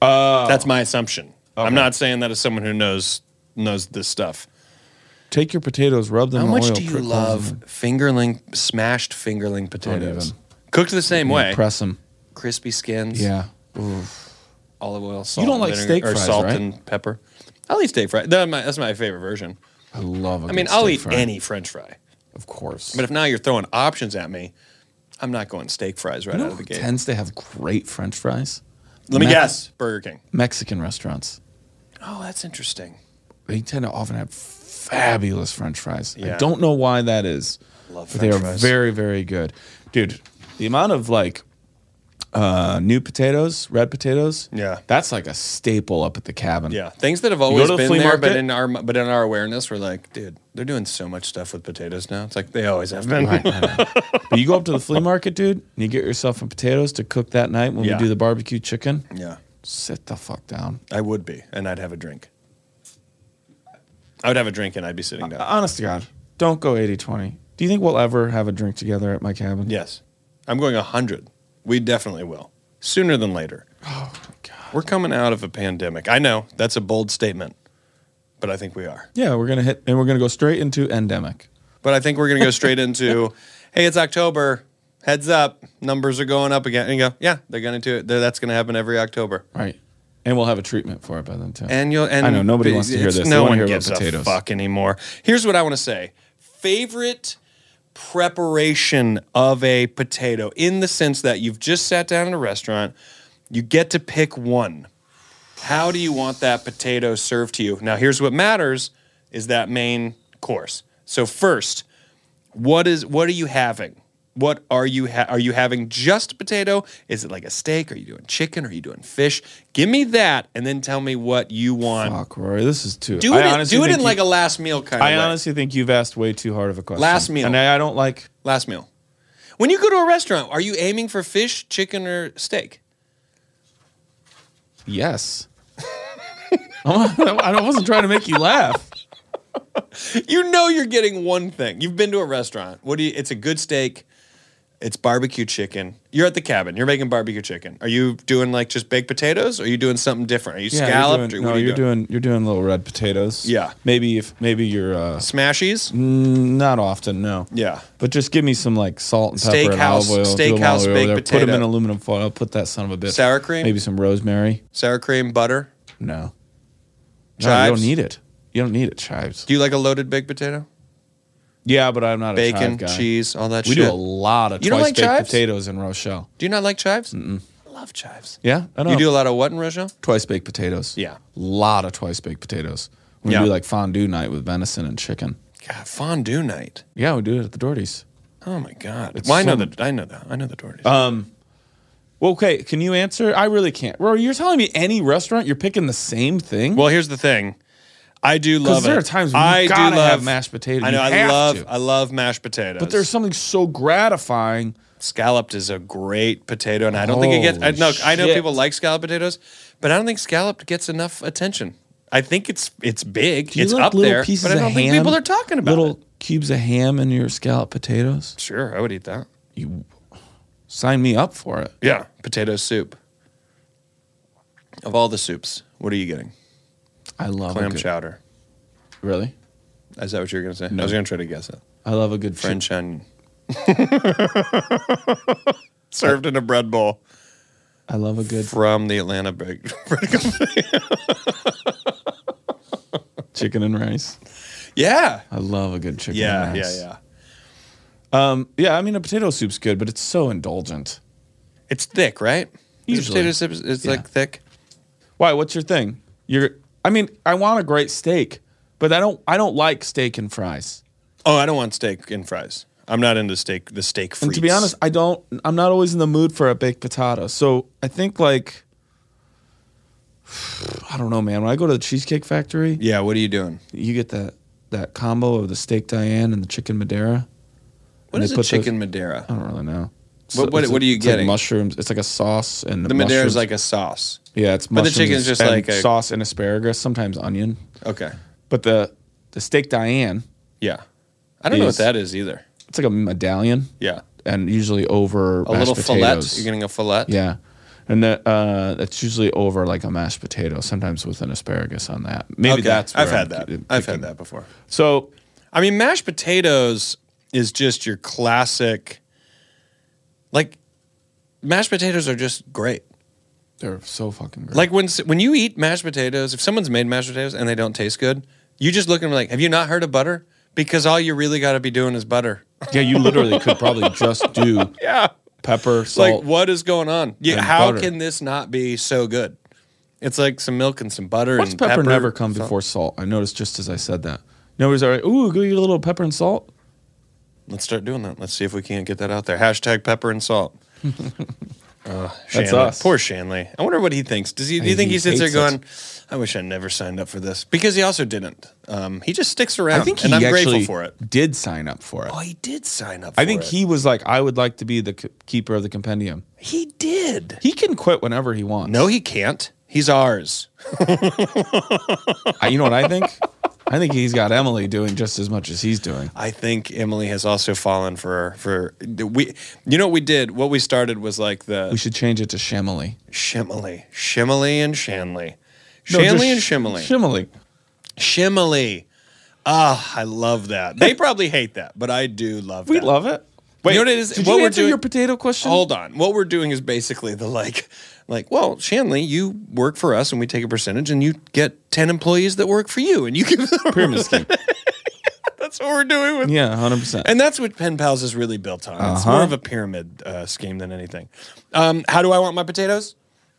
Speaker 3: That's my assumption. I'm not saying that as someone who knows knows this stuff.
Speaker 2: Take your potatoes, rub them
Speaker 3: How
Speaker 2: in oil.
Speaker 3: much do you
Speaker 2: prick holes in
Speaker 3: love
Speaker 2: them,
Speaker 3: fingerling smashed fingerling potatoes?
Speaker 2: even.
Speaker 3: Cooked the same way,
Speaker 2: Press them.
Speaker 3: crispy skins.
Speaker 2: Yeah.
Speaker 3: olive oil, salt.
Speaker 2: don't
Speaker 3: and
Speaker 2: like
Speaker 3: vinegar-
Speaker 2: steak
Speaker 3: or
Speaker 2: fries,
Speaker 3: salt
Speaker 2: right?
Speaker 3: and pepper. I'll eat steak fry. That my, that's my favorite version.
Speaker 2: I love a
Speaker 3: I mean,
Speaker 2: good
Speaker 3: I'll
Speaker 2: steak
Speaker 3: eat
Speaker 2: fry.
Speaker 3: any French fry.
Speaker 2: Of course.
Speaker 3: But if now you're throwing options at me, I'm not going steak fries right
Speaker 2: You know
Speaker 3: out of
Speaker 2: who
Speaker 3: the gate.
Speaker 2: tends to have great French fries?
Speaker 3: Let me
Speaker 2: Mac-
Speaker 3: guess, Burger King.
Speaker 2: Mexican restaurants.
Speaker 3: Oh, that's interesting.
Speaker 2: They tend to often have fabulous French fries. I
Speaker 3: Yeah.
Speaker 2: don't know why that is.
Speaker 3: Love
Speaker 2: but they are
Speaker 3: French fries.
Speaker 2: very, very good, dude. The amount of like uh, new potatoes, red potatoes.
Speaker 3: Yeah.
Speaker 2: that's like a staple up at the cabin.
Speaker 3: Yeah, things that have always
Speaker 2: to the
Speaker 3: been
Speaker 2: flea
Speaker 3: there, but
Speaker 2: market?
Speaker 3: in our but in our awareness, we're like, dude, they're doing so much stuff with potatoes now. It's like they always have been. (laughs)
Speaker 2: Right, right, right. but you go up to the flea market, dude, and you get yourself some potatoes to cook that night when
Speaker 3: Yeah.
Speaker 2: we do the barbecue chicken.
Speaker 3: yeah,
Speaker 2: Sit the fuck down.
Speaker 3: I would be, and I'd have a drink. I would have a drink, and I'd be sitting down.
Speaker 2: Honest to God, don't go 80 20. Do you think we'll ever have a drink together at my cabin?
Speaker 3: Yes. I'm going 100. We definitely will. Sooner than
Speaker 2: (gasps)
Speaker 3: later. Oh, God. We're coming out of a pandemic. I know that's a bold statement, but I think we are.
Speaker 2: Yeah, we're gonna hit and we're gonna go straight into endemic.
Speaker 3: But I think we're going to go
Speaker 2: (laughs)
Speaker 3: straight into hey, it's October. Heads up. Numbers are going up again. And you go, yeah, they're going to do it. They're- That's going to happen every October.
Speaker 2: Right. And we'll have a treatment for it by then too.
Speaker 3: And you'll and
Speaker 2: I know nobody wants to hear
Speaker 3: it's-
Speaker 2: this. They
Speaker 3: No
Speaker 2: wanna
Speaker 3: one
Speaker 2: hear about
Speaker 3: gives a
Speaker 2: potatoes.
Speaker 3: fuck anymore. Here's what I want to say: favorite preparation of a potato, in the sense that you've just sat down in a restaurant, you get to pick one. How do you want that potato served to you? Now, here's what matters: is that main course. So first, what is what are you having? What are you ha- are you having just potato? Is it like a steak? Are you doing chicken? Are you doing fish? Give me that, and then tell me what you want.
Speaker 2: Fuck, Rory, this is too.
Speaker 3: Do it.
Speaker 2: I
Speaker 3: in-
Speaker 2: honestly
Speaker 3: do it
Speaker 2: think
Speaker 3: in like
Speaker 2: you-
Speaker 3: a last meal kind
Speaker 2: I
Speaker 3: of. way.
Speaker 2: honestly think you've asked way too hard of a question.
Speaker 3: Last meal.
Speaker 2: and I, I don't like.
Speaker 3: last meal. When you go to a restaurant, are you aiming for fish, chicken, or steak?
Speaker 2: Yes. (laughs) I'm not- I wasn't trying to make you laugh.
Speaker 3: You know you're getting one thing. You've been to a restaurant. What do you? It's a good steak. It's barbecue chicken. You're at the cabin. You're making barbecue chicken. Are you doing like just baked potatoes? Or are you doing something different? Are you
Speaker 2: you're
Speaker 3: scalloped?
Speaker 2: doing,
Speaker 3: or what
Speaker 2: no,
Speaker 3: are you
Speaker 2: you're doing? You're doing little red potatoes.
Speaker 3: Yeah.
Speaker 2: Maybe if maybe you're uh,
Speaker 3: smashies.
Speaker 2: not often. No.
Speaker 3: Yeah.
Speaker 2: But just give me some like salt and pepper and
Speaker 3: Steakhouse-
Speaker 2: olive oil. do them
Speaker 3: steakhouse
Speaker 2: all over
Speaker 3: baked
Speaker 2: there, Put them in
Speaker 3: potato.
Speaker 2: aluminum foil. Put that son of a bitch.
Speaker 3: Sour cream?
Speaker 2: Maybe some rosemary.
Speaker 3: sour cream, butter.
Speaker 2: No. No, you
Speaker 3: Chives?
Speaker 2: don't need it. You don't need it. Chives.
Speaker 3: Do you like a loaded baked potato?
Speaker 2: Yeah, but I'm not a
Speaker 3: Bacon,
Speaker 2: chive guy.
Speaker 3: cheese, all that
Speaker 2: We
Speaker 3: shit.
Speaker 2: do a lot of
Speaker 3: You don't
Speaker 2: twice
Speaker 3: like
Speaker 2: baked
Speaker 3: chives?
Speaker 2: potatoes in Rochelle.
Speaker 3: Do you not like chives? Mm-mm. Love chives.
Speaker 2: Yeah, I know.
Speaker 3: You do a lot of what in Rochelle?
Speaker 2: twice baked potatoes.
Speaker 3: Yeah.
Speaker 2: lot of twice baked potatoes. We
Speaker 3: Yeah.
Speaker 2: do like fondue night with venison and chicken.
Speaker 3: God, fondue night.
Speaker 2: Yeah, we do it at the Doherty's.
Speaker 3: Oh my god.
Speaker 2: It's Um,
Speaker 3: well, I know
Speaker 2: some-
Speaker 3: the I know the I know the Doherty's.
Speaker 2: Well, okay, can you answer? I really can't. Rory, you're telling me any restaurant you're picking the same thing?
Speaker 3: well, here's the thing. I do love it.
Speaker 2: there are times when you
Speaker 3: I
Speaker 2: gotta
Speaker 3: do love
Speaker 2: have mashed potato.
Speaker 3: I know.
Speaker 2: You
Speaker 3: I
Speaker 2: have
Speaker 3: love.
Speaker 2: to.
Speaker 3: I love mashed potatoes.
Speaker 2: but there's something so gratifying.
Speaker 3: scalloped is a great potato, and I don't think it gets. I, no,
Speaker 2: Holy
Speaker 3: I know
Speaker 2: shit.
Speaker 3: people like scalloped potatoes, but I don't think scalloped gets enough attention. I think it's it's big.
Speaker 2: Do you
Speaker 3: it's
Speaker 2: like
Speaker 3: up
Speaker 2: little
Speaker 3: there,
Speaker 2: pieces
Speaker 3: but I
Speaker 2: of
Speaker 3: don't think
Speaker 2: ham,
Speaker 3: people are talking about
Speaker 2: little
Speaker 3: it.
Speaker 2: cubes of ham in your scalloped potatoes.
Speaker 3: Sure, I would eat that.
Speaker 2: You sign me up for it.
Speaker 3: Yeah, potato soup. Of all the soups, what are you getting?
Speaker 2: I love a
Speaker 3: Clam
Speaker 2: good,
Speaker 3: chowder.
Speaker 2: Really,
Speaker 3: Is that what you were gonna say? I was gonna try to guess it.
Speaker 2: I love a good chi-
Speaker 3: French
Speaker 2: (laughs)
Speaker 3: onion. Served in a bread bowl
Speaker 2: I love a good
Speaker 3: from the Atlanta Baked (laughs) Bread Company.
Speaker 2: chicken and rice.
Speaker 3: Yeah.
Speaker 2: I love a good chicken.
Speaker 3: Yeah,
Speaker 2: and
Speaker 3: yeah,
Speaker 2: rice.
Speaker 3: yeah.
Speaker 2: Um, yeah, I mean a potato soup's good, but it's so indulgent.
Speaker 3: It's thick, right? These
Speaker 2: Usually.
Speaker 3: potato soup is it's like thick.
Speaker 2: Why? What's your thing? You're. I mean, I want a great steak, but I don't. I don't like steak and fries.
Speaker 3: Oh, I don't want steak and fries. I'm not into steak. The steak frites.
Speaker 2: And to be honest, I don't. I'm not always in the mood for a baked potato. So I think like. (sighs) I don't know, man. When I go to the Cheesecake Factory,
Speaker 3: yeah. What are you doing?
Speaker 2: you get that that combo of the steak Diane and the chicken Madeira.
Speaker 3: What
Speaker 2: they
Speaker 3: is a
Speaker 2: put those-
Speaker 3: chicken Madeira?
Speaker 2: I don't really know.
Speaker 3: What- what-
Speaker 2: it's
Speaker 3: what are you
Speaker 2: it's like
Speaker 3: getting?
Speaker 2: mushrooms. It's like a sauce and
Speaker 3: The Madeira
Speaker 2: mushrooms-
Speaker 3: is like a sauce.
Speaker 2: yeah, it's
Speaker 3: but the
Speaker 2: mushrooms
Speaker 3: chicken's just
Speaker 2: and
Speaker 3: like a-
Speaker 2: sauce and asparagus, sometimes onion.
Speaker 3: Okay.
Speaker 2: But the the steak Diane,
Speaker 3: Yeah. I don't know what
Speaker 2: These-
Speaker 3: that is either.
Speaker 2: it's like a medallion.
Speaker 3: Yeah.
Speaker 2: and usually over
Speaker 3: A
Speaker 2: mashed
Speaker 3: little
Speaker 2: potatoes.
Speaker 3: fillet. You're getting a fillet.
Speaker 2: yeah, and that uh, that's usually over like a mashed potato, sometimes with an asparagus on that. Maybe
Speaker 3: Okay.
Speaker 2: that's where
Speaker 3: I've had
Speaker 2: I'm
Speaker 3: that.
Speaker 2: getting-
Speaker 3: I've had
Speaker 2: picking-
Speaker 3: that before.
Speaker 2: So
Speaker 3: I mean, mashed potatoes is just your classic. Like, mashed potatoes are just great.
Speaker 2: they're so fucking great.
Speaker 3: Like when s- when you eat mashed potatoes, if someone's made mashed potatoes and they don't taste good, you just look at them like, "Have you not heard of butter?" Because all you really got to be doing is butter.
Speaker 2: yeah, you literally could probably
Speaker 3: (laughs)
Speaker 2: just do
Speaker 3: Yeah.
Speaker 2: pepper,
Speaker 3: It's like,
Speaker 2: salt.
Speaker 3: what is going on? Yeah.
Speaker 2: And
Speaker 3: How
Speaker 2: butter.
Speaker 3: can this not be so good? It's like some milk and some butter
Speaker 2: What's
Speaker 3: and
Speaker 2: pepper,
Speaker 3: pepper.
Speaker 2: never come before salt? I noticed just as I said that. Nobody's all right. Ooh, go eat a little pepper and salt.
Speaker 3: Let's start doing that. Let's see if we can't get that out there. Hashtag pepper and
Speaker 2: (laughs)
Speaker 3: salt. uh,
Speaker 2: That's
Speaker 3: Shanley.
Speaker 2: us.
Speaker 3: Poor Shanley. I wonder what he thinks. Does he? Do you think
Speaker 2: think
Speaker 3: he,
Speaker 2: he
Speaker 3: sits there
Speaker 2: hates it.
Speaker 3: going, "I wish I never signed up for this"? Because he also didn't. Um, he just sticks around,
Speaker 2: I think he
Speaker 3: and I'm
Speaker 2: actually
Speaker 3: grateful for it.
Speaker 2: did sign up for it.
Speaker 3: Oh, he did sign up. For
Speaker 2: I think
Speaker 3: it.
Speaker 2: he was like, I would like to be the c- keeper of the compendium.
Speaker 3: he did.
Speaker 2: He can quit whenever he wants.
Speaker 3: No, he can't. He's ours.
Speaker 2: I, you know what
Speaker 3: (laughs)
Speaker 2: I think? I think he's got Emily doing just as much as he's doing.
Speaker 3: I think Emily has also fallen for for we. You know what we did? What we started was like the
Speaker 2: We should change it to Shamily.
Speaker 3: Shimley, Shimley, and Shanley,
Speaker 2: No,
Speaker 3: Shanley
Speaker 2: just
Speaker 3: and
Speaker 2: sh-
Speaker 3: Shimley.
Speaker 2: Shimley.
Speaker 3: Shimley. Ah, I love that.
Speaker 2: (laughs)
Speaker 3: They probably hate that, but I do love
Speaker 2: We
Speaker 3: that.
Speaker 2: love it.
Speaker 3: you know what it is?
Speaker 2: Did
Speaker 3: What
Speaker 2: you
Speaker 3: we're
Speaker 2: answer
Speaker 3: doing-
Speaker 2: your potato question?
Speaker 3: Hold on. What we're doing is basically the like, like, well, Shanley, you work for us and we take a percentage and you get 10 employees that work for you and you give them.
Speaker 2: Pyramid scheme.
Speaker 3: (laughs) That's what we're doing with
Speaker 2: Yeah, hundred percent.
Speaker 3: And that's what Pen Pals is really built on. It's
Speaker 2: Uh-huh.
Speaker 3: more of a pyramid uh, scheme than anything. Um, how do I want my potatoes?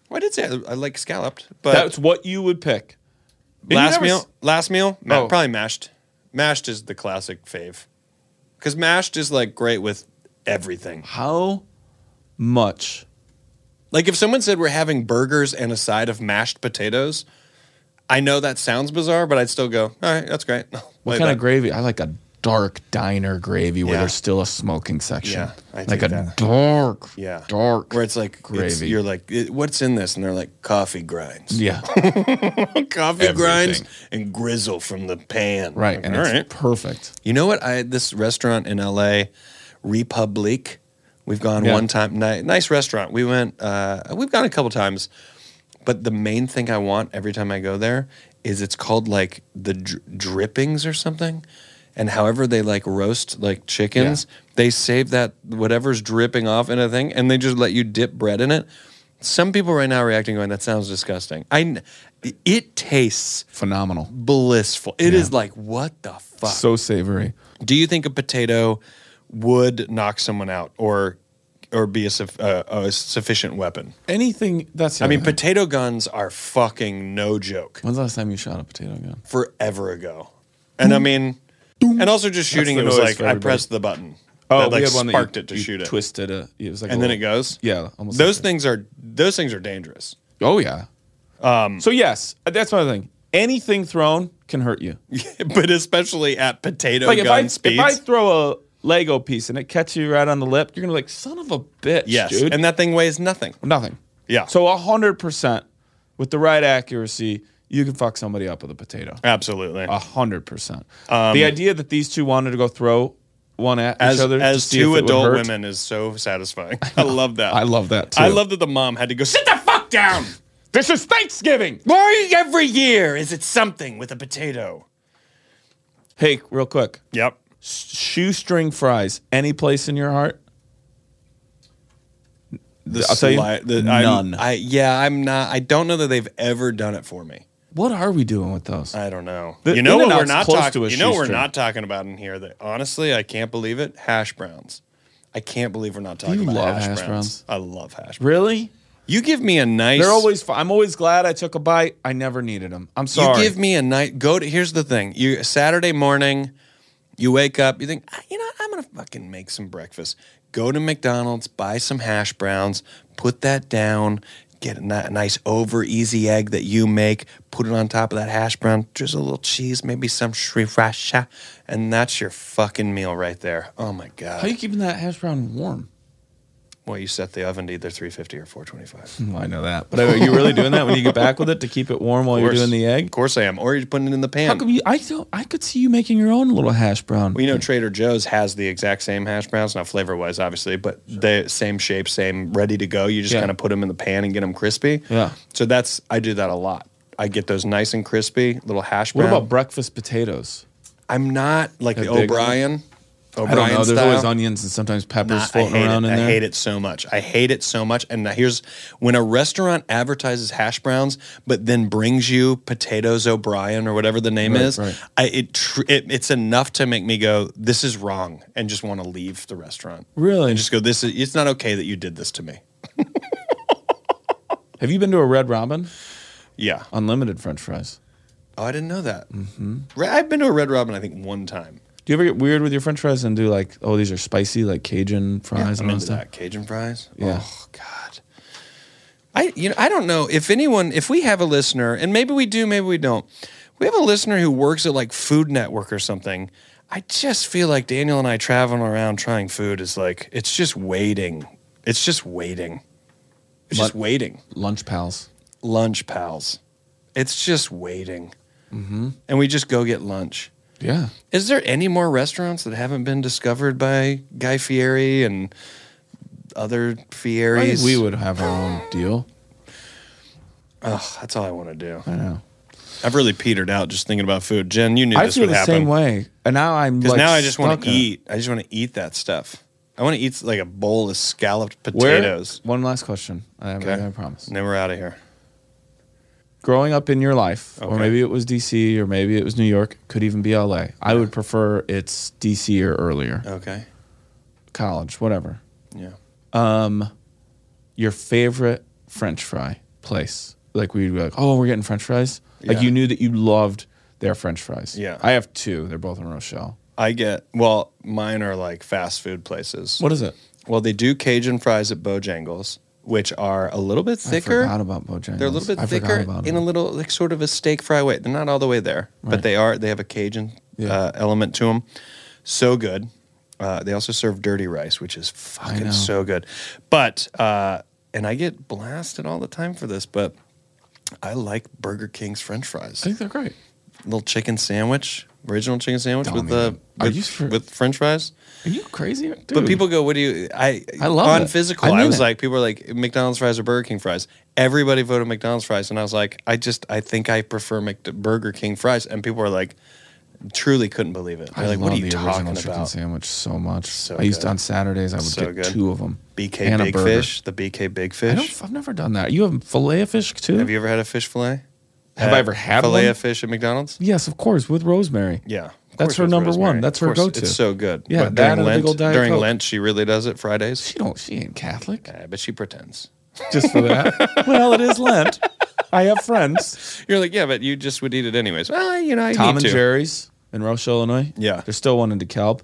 Speaker 3: Well, I did say I, I like scalloped, but
Speaker 2: That's what you would pick. you
Speaker 3: last
Speaker 2: never
Speaker 3: meal,
Speaker 2: s-
Speaker 3: last meal, ma-
Speaker 2: Oh.
Speaker 3: probably mashed. Mashed is the classic fave because mashed is like great with everything.
Speaker 2: How much?
Speaker 3: Like if someone said we're having burgers and a side of mashed potatoes, I know that sounds bizarre, but I'd still go, all right, that's great. (laughs)
Speaker 2: What
Speaker 3: Like
Speaker 2: kind
Speaker 3: that.
Speaker 2: of gravy? I like a dark diner gravy where
Speaker 3: Yeah.
Speaker 2: there's still a smoking section.
Speaker 3: Yeah, I
Speaker 2: like
Speaker 3: dig
Speaker 2: a
Speaker 3: that.
Speaker 2: dark,
Speaker 3: Yeah.
Speaker 2: dark.
Speaker 3: Where it's like it's-
Speaker 2: gravy.
Speaker 3: you're like, "It- what's in this? And they're like, coffee grinds.
Speaker 2: (laughs) yeah,
Speaker 3: coffee
Speaker 2: Everything.
Speaker 3: grinds and grizzle from the pan.
Speaker 2: right,
Speaker 3: Like,
Speaker 2: and
Speaker 3: all
Speaker 2: it's
Speaker 3: right.
Speaker 2: perfect.
Speaker 3: You know what? I this restaurant in LA, Republic. We've gone
Speaker 2: Yeah.
Speaker 3: one time. Ni- nice restaurant. We went. Uh, we've gone a couple times, but the main thing I want every time I go there is it's called like the dr- drippings or something, and however they like roast like chickens, they save that whatever's dripping off in a thing, and they just let you dip bread in it. Some people right now are reacting going, "That sounds disgusting." I, kn- it tastes
Speaker 2: Phenomenal,
Speaker 3: blissful. It is like what the fuck.
Speaker 2: so savory.
Speaker 3: Do you think a potato would knock someone out or or be a, suf- uh, a sufficient weapon?
Speaker 2: Anything that's. the
Speaker 3: I mean,
Speaker 2: other thing.
Speaker 3: potato guns are fucking no joke.
Speaker 2: When's the last time you shot a potato gun?
Speaker 3: Forever ago, and I mean, and also just shooting
Speaker 2: the
Speaker 3: it was
Speaker 2: noise
Speaker 3: like
Speaker 2: for
Speaker 3: I
Speaker 2: everybody.
Speaker 3: pressed the button.
Speaker 2: Oh, we
Speaker 3: that like
Speaker 2: had one that you-
Speaker 3: sparked it to
Speaker 2: you
Speaker 3: shoot it,
Speaker 2: Twisted it. It was like, a
Speaker 3: and then it
Speaker 2: little-
Speaker 3: goes.
Speaker 2: Yeah, almost.
Speaker 3: those
Speaker 2: like
Speaker 3: things are those things are dangerous. (laughs)
Speaker 2: that. Oh yeah. um, so yes, that's my thing. Anything thrown can hurt you.
Speaker 3: but especially at potato
Speaker 2: like if
Speaker 3: gun
Speaker 2: I
Speaker 3: speeds.
Speaker 2: if I throw a Lego piece and it catches you right on the lip, you're gonna be like son of a bitch,
Speaker 3: yes,
Speaker 2: dude.
Speaker 3: and that thing weighs nothing.
Speaker 2: nothing.
Speaker 3: Yeah.
Speaker 2: So hundred percent with the right accuracy, you can fuck somebody up with a potato.
Speaker 3: Absolutely.
Speaker 2: hundred percent. The idea that these two wanted to go throw one at
Speaker 3: Um, as,
Speaker 2: each other to
Speaker 3: as
Speaker 2: see if it
Speaker 3: two
Speaker 2: would
Speaker 3: adult
Speaker 2: hurt,
Speaker 3: women is so satisfying. (laughs) I
Speaker 2: (laughs)
Speaker 3: love that.
Speaker 2: I love that too.
Speaker 3: I love that the mom had to go sit the fuck down.
Speaker 2: This is Thanksgiving.
Speaker 3: (laughs) Why every year is it something with a potato?
Speaker 2: Hey, real quick,
Speaker 3: Yep.
Speaker 2: shoestring fries. Any place in your heart?
Speaker 3: The
Speaker 2: I'll tell you, none.
Speaker 3: I'm, I yeah, I'm not. I don't know that they've ever done it for me.
Speaker 2: What are we doing with those?
Speaker 3: I don't know.
Speaker 2: The
Speaker 3: you know what we're
Speaker 2: In-N-Out's
Speaker 3: not
Speaker 2: close
Speaker 3: talking.
Speaker 2: to a
Speaker 3: You know what we're
Speaker 2: shoestring.
Speaker 3: not talking about in here. That honestly, I can't believe it. Hash browns. I can't believe we're not talking
Speaker 2: you
Speaker 3: about
Speaker 2: love
Speaker 3: hash,
Speaker 2: hash
Speaker 3: browns.
Speaker 2: browns?
Speaker 3: I love hash. browns.
Speaker 2: really?
Speaker 3: You give me a nice.
Speaker 2: They're always. Fun. I'm always glad I took a bite. I never needed them. I'm sorry.
Speaker 3: You give me a night. Go to. Here's the thing. You Saturday morning, you wake up. You think, "Ah, you know, what? I'm gonna fucking make some breakfast. Go to McDonald's, buy some hash browns, put that down. Get a ni- nice over easy egg that you make. Put it on top of that hash brown. Drizzle a little cheese, maybe some sriracha, and that's your fucking meal right there. Oh my god!
Speaker 2: How are you keeping that hash brown warm?
Speaker 3: Well, you set the oven to either 350 or 425.
Speaker 2: Well, I know that. But are you really doing that when you get back with it to keep it warm while you're
Speaker 3: course.
Speaker 2: doing the
Speaker 3: Of
Speaker 2: egg?
Speaker 3: course I am. Or you're putting it in the pan.
Speaker 2: How come you? I don't, I could see you making your own little hash brown.
Speaker 3: Well, you know, Trader Joe's has the exact same hash browns, not flavor wise, obviously, but the same shape, same ready to go. You just
Speaker 2: Yeah.
Speaker 3: kind of put them in the pan and get them crispy.
Speaker 2: Yeah.
Speaker 3: So that's, I do that a lot. I get those nice and crispy little hash
Speaker 2: what
Speaker 3: browns.
Speaker 2: about breakfast potatoes?
Speaker 3: I'm not like
Speaker 2: A
Speaker 3: the
Speaker 2: big one?
Speaker 3: O'Brien.
Speaker 2: I
Speaker 3: O'Brien
Speaker 2: don't know. There's
Speaker 3: style.
Speaker 2: always onions and sometimes peppers
Speaker 3: Nah, I
Speaker 2: floating
Speaker 3: hate
Speaker 2: around
Speaker 3: it.
Speaker 2: in there.
Speaker 3: I hate it so much. I hate it so much. And now here's when a restaurant advertises hash browns, but then brings you potatoes O'Brien or whatever the name
Speaker 2: Right,
Speaker 3: is.
Speaker 2: right.
Speaker 3: I, it, tr- it it's enough to make me go, this is wrong, and just want to leave the restaurant.
Speaker 2: Really?
Speaker 3: And just go, this is it's not okay that you did this to me.
Speaker 2: Have you been to a Red Robin?
Speaker 3: Yeah.
Speaker 2: Unlimited French fries.
Speaker 3: Oh, I didn't know that. Mm-hmm. I've been to a Red Robin, I think, one time.
Speaker 2: Do you ever get weird with your French fries and do like, oh, these are spicy, like Cajun fries
Speaker 3: I'm
Speaker 2: and all
Speaker 3: into
Speaker 2: that stuff?
Speaker 3: that Cajun fries.
Speaker 2: Yeah.
Speaker 3: Oh God. I you know I don't know if anyone if we have a listener and maybe we do maybe we don't. We have a listener who works at like Food Network or something. I just feel like Daniel and I traveling around trying food is like it's just waiting. It's just waiting. It's just
Speaker 2: But-
Speaker 3: waiting.
Speaker 2: Lunch pals.
Speaker 3: Lunch pals. It's just waiting.
Speaker 2: Mm-hmm.
Speaker 3: And we just go get lunch.
Speaker 2: Yeah.
Speaker 3: Is there any more restaurants that haven't been discovered by Guy Fieri and other
Speaker 2: I think
Speaker 3: Fieris?
Speaker 2: we would have our own deal.
Speaker 3: Ugh, that's all I want to do.
Speaker 2: I know.
Speaker 3: I've really petered out just thinking about food. Jen, you knew
Speaker 2: I
Speaker 3: this
Speaker 2: feel
Speaker 3: would
Speaker 2: the
Speaker 3: happen.
Speaker 2: same way. And now I'm
Speaker 3: Because
Speaker 2: like,
Speaker 3: now I just want
Speaker 2: stuck
Speaker 3: to
Speaker 2: in it.
Speaker 3: eat. I just want to eat that stuff. I want to eat like a bowl of scalloped
Speaker 2: Where-
Speaker 3: potatoes.
Speaker 2: One last question. I, have,
Speaker 3: Okay.
Speaker 2: I promise.
Speaker 3: And then we're out of here.
Speaker 2: Growing up in your life, or
Speaker 3: Okay.
Speaker 2: maybe it was DC, or maybe it was New York, could even be LA. I would prefer it's DC or earlier,
Speaker 3: Okay.
Speaker 2: college, whatever.
Speaker 3: Yeah.
Speaker 2: Your favorite French fry place? Like we'd be like, oh, we're getting French fries.
Speaker 3: Yeah.
Speaker 2: Like you knew that you loved their French fries.
Speaker 3: Yeah.
Speaker 2: I have two. They're both in Rochelle.
Speaker 3: I get, well, mine are like fast food places.
Speaker 2: What is it?
Speaker 3: Well, they do Cajun fries at Bojangles, which are a little bit thicker.
Speaker 2: I forgot about Bojangles.
Speaker 3: They're a little bit
Speaker 2: I forgot
Speaker 3: thicker
Speaker 2: about
Speaker 3: in
Speaker 2: it.
Speaker 3: a little like sort of a steak fry way. They're not all the way there,
Speaker 2: Right.
Speaker 3: but they are. They have a Cajun
Speaker 2: Yeah.
Speaker 3: uh, element to them. So good. Uh, they also serve dirty rice, which is fucking
Speaker 2: know.
Speaker 3: so good. But uh, and I get blasted all the time for this, but I like Burger King's French
Speaker 2: I
Speaker 3: fries.
Speaker 2: think they're great.
Speaker 3: little chicken sandwich, original chicken sandwich
Speaker 2: Don't
Speaker 3: with the
Speaker 2: even- are
Speaker 3: with,
Speaker 2: you for-
Speaker 3: with French fries.
Speaker 2: Are you crazy? Dude.
Speaker 3: But people go, "What do you?" I
Speaker 2: I love
Speaker 3: on
Speaker 2: it.
Speaker 3: physical.
Speaker 2: I
Speaker 3: I,
Speaker 2: mean
Speaker 3: was
Speaker 2: it.
Speaker 3: like, people are like McDonald's fries or Burger King fries. Everybody voted McDonald's fries, and I was like, I just I think I prefer Mc- Burger King fries. And people are like, truly couldn't believe it. They're
Speaker 2: I
Speaker 3: like,
Speaker 2: love
Speaker 3: "What are you
Speaker 2: the
Speaker 3: talking
Speaker 2: original chicken
Speaker 3: about?"
Speaker 2: sandwich so much.
Speaker 3: So
Speaker 2: I used to,
Speaker 3: good.
Speaker 2: on Saturdays I would
Speaker 3: So
Speaker 2: get
Speaker 3: good.
Speaker 2: two of them.
Speaker 3: BK
Speaker 2: and a
Speaker 3: Big
Speaker 2: burger.
Speaker 3: Fish, the BK Big
Speaker 2: I
Speaker 3: Fish.
Speaker 2: don't, I've never done that. You have fillet of fish too?
Speaker 3: Have you ever had a fish fillet?
Speaker 2: Have I ever had
Speaker 3: fillet
Speaker 2: one?
Speaker 3: of fish at McDonald's?
Speaker 2: Yes, of course, with rosemary.
Speaker 3: Yeah. of
Speaker 2: That's
Speaker 3: course
Speaker 2: her
Speaker 3: with
Speaker 2: number
Speaker 3: rosemary.
Speaker 2: one. That's her
Speaker 3: Of course,
Speaker 2: go-to.
Speaker 3: It's so good.
Speaker 2: Yeah,
Speaker 3: but
Speaker 2: that
Speaker 3: during
Speaker 2: and a big
Speaker 3: Lent,
Speaker 2: old Diet
Speaker 3: during
Speaker 2: Coke.
Speaker 3: Lent, she really does it Fridays.
Speaker 2: She don't. She ain't Catholic.
Speaker 3: Yeah, but she pretends.
Speaker 2: Just
Speaker 3: (laughs)
Speaker 2: for that. well, it is Lent. I have friends.
Speaker 3: You're like, yeah, but you just would eat it anyways. Well, Uh, you know, I
Speaker 2: Tom
Speaker 3: need
Speaker 2: and
Speaker 3: to.
Speaker 2: Jerry's in Rochelle, Illinois.
Speaker 3: Yeah.
Speaker 2: there's still one in DeKalb.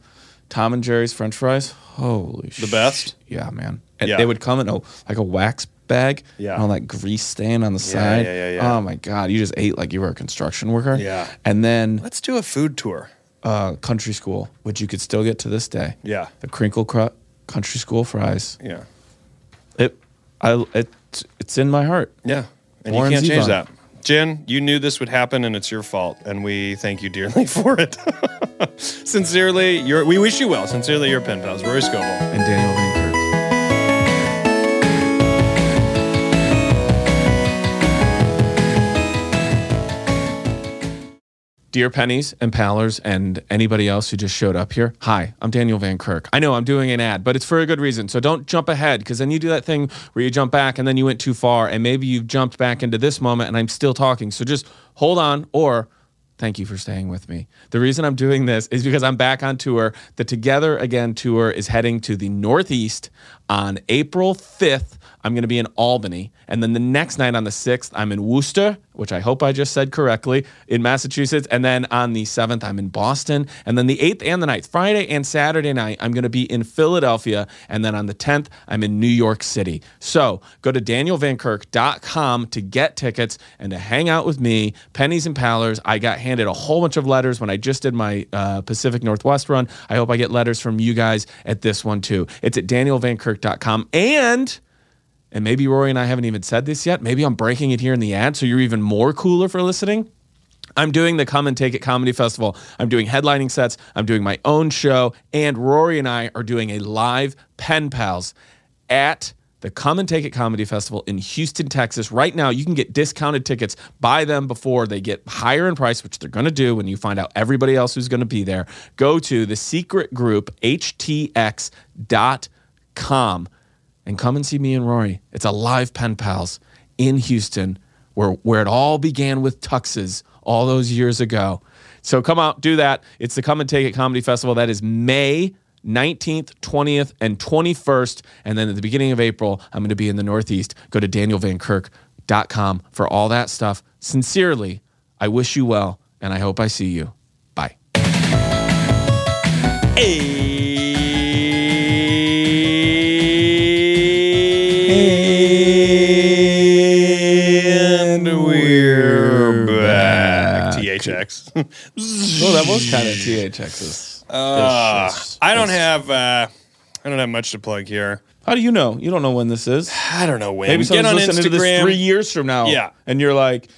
Speaker 2: Tom and Jerry's French fries. Holy
Speaker 3: The best?
Speaker 2: Yeah, man. And
Speaker 3: Yeah.
Speaker 2: They would come in a like a wax bag.
Speaker 3: Yeah.
Speaker 2: And all that grease stain on the
Speaker 3: Yeah,
Speaker 2: side.
Speaker 3: yeah, yeah, yeah.
Speaker 2: Oh my god, you just ate like you were a construction worker.
Speaker 3: Yeah.
Speaker 2: And then
Speaker 3: Let's do a food tour.
Speaker 2: uh, country school, which you could still get to this day.
Speaker 3: Yeah.
Speaker 2: The crinkle cut country school fries.
Speaker 3: Yeah.
Speaker 2: It, I it, it's in my heart.
Speaker 3: Yeah. And
Speaker 2: Warren
Speaker 3: you can't change
Speaker 2: Zevon.
Speaker 3: that. Jen, you knew this would happen and it's your fault. And we thank you dearly (laughs) for it. Sincerely, your, we wish you well. Sincerely, your pen pals, Rory Scoble.
Speaker 2: And Daniel Van Kirk. Dear Pennies and Pallers and anybody else who just showed up here, hi, I'm Daniel Van Kirk. I know I'm doing an ad, but it's for a good reason. So don't jump ahead because then you do that thing where you jump back and then you went too far and maybe you've jumped back into this moment and I'm still talking. So just hold on or thank you for staying with me. The reason I'm doing this is because I'm back on tour. The Together Again tour is heading to the Northeast on April 5th. I'm going to be in Albany. And then the next night on the 6th, I'm in Worcester, which I hope I just said correctly, in Massachusetts. And then on the 7th, I'm in Boston. And then the 8th and the 9th, Friday and Saturday night, I'm going to be in Philadelphia. And then on the 10th, I'm in New York City. So go to danielvankirk.com to get tickets and to hang out with me. Pennies and Pallors. I got handed a whole bunch of letters when I just did my uh, Pacific Northwest run. I hope I get letters from you guys at this one too. It's at danielvankirk.com. And and maybe Rory and I haven't even said this yet. Maybe I'm breaking it here in the ad, so you're even more cooler for listening. I'm doing the Come and Take It Comedy Festival. I'm doing headlining sets. I'm doing my own show. And Rory and I are doing a live Pen Pals at the Come and Take It Comedy Festival in Houston, Texas. Right now, you can get discounted tickets. Buy them before they get higher in price, which they're going to do when you find out everybody else who's going to be there. Go to the secret group, htx.com and come and see me and Rory. It's a live Pen Pals in Houston, where where it all began with tuxes all those years ago. So come out, do that. It's the Come and Take It Comedy Festival. That is May 19th, 20th, and 21st. And then at the beginning of April, I'm going to be in the Northeast. Go to danielvankirk.com for all that stuff. Sincerely, I wish you well, and I hope I see you. Bye.
Speaker 3: And we're back. THX.
Speaker 2: Well, that was kind of THX's.
Speaker 3: Uh,
Speaker 2: Ish, ish,
Speaker 3: (laughs) I don't
Speaker 2: ish.
Speaker 3: have. Uh, I don't have much to plug here.
Speaker 2: How do you know? You don't know when
Speaker 3: (sighs)
Speaker 2: this is.
Speaker 3: I don't know when.
Speaker 2: Maybe
Speaker 3: Get
Speaker 2: someone's
Speaker 3: on
Speaker 2: listening to this
Speaker 3: Instagram.
Speaker 2: three years from now.
Speaker 3: Yeah.
Speaker 2: And you're like,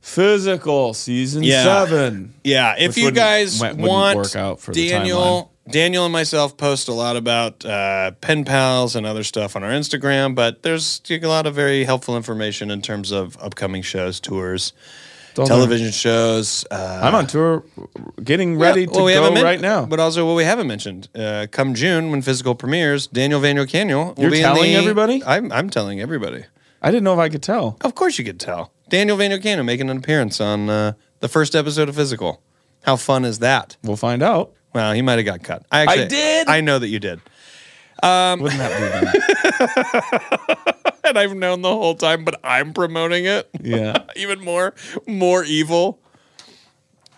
Speaker 2: physical season
Speaker 3: Yeah.
Speaker 2: seven.
Speaker 3: Yeah, if
Speaker 2: Which
Speaker 3: you
Speaker 2: wouldn't-
Speaker 3: guys
Speaker 2: wouldn't
Speaker 3: want
Speaker 2: work out for the
Speaker 3: Daniel, Daniel and myself post a lot about uh, pen pals and other stuff on our Instagram, but there's a lot of very helpful information in terms of upcoming shows, tours,
Speaker 2: It's all
Speaker 3: television shows. Uh,
Speaker 2: there. I'm on tour, getting ready
Speaker 3: yeah, well, we
Speaker 2: to go
Speaker 3: haven't men-
Speaker 2: right now.
Speaker 3: But also, what we haven't mentioned, uh, come June when physical premieres, Daniel Van Canyon.
Speaker 2: You're telling everybody?
Speaker 3: I'm, I'm telling everybody.
Speaker 2: I didn't know if I could tell.
Speaker 3: Of course, you could tell. Daniel Van Canyon making an appearance on uh, the first episode of Physical. How fun is that?
Speaker 2: We'll find out.
Speaker 3: Well, he might have got cut. I, actually,
Speaker 2: did?
Speaker 3: I know that you did, Um,
Speaker 2: Wouldn't
Speaker 3: (laughs)
Speaker 2: that be
Speaker 3: and I've known the whole time. But I'm promoting it (laughs)
Speaker 2: Yeah.
Speaker 3: even more, more evil.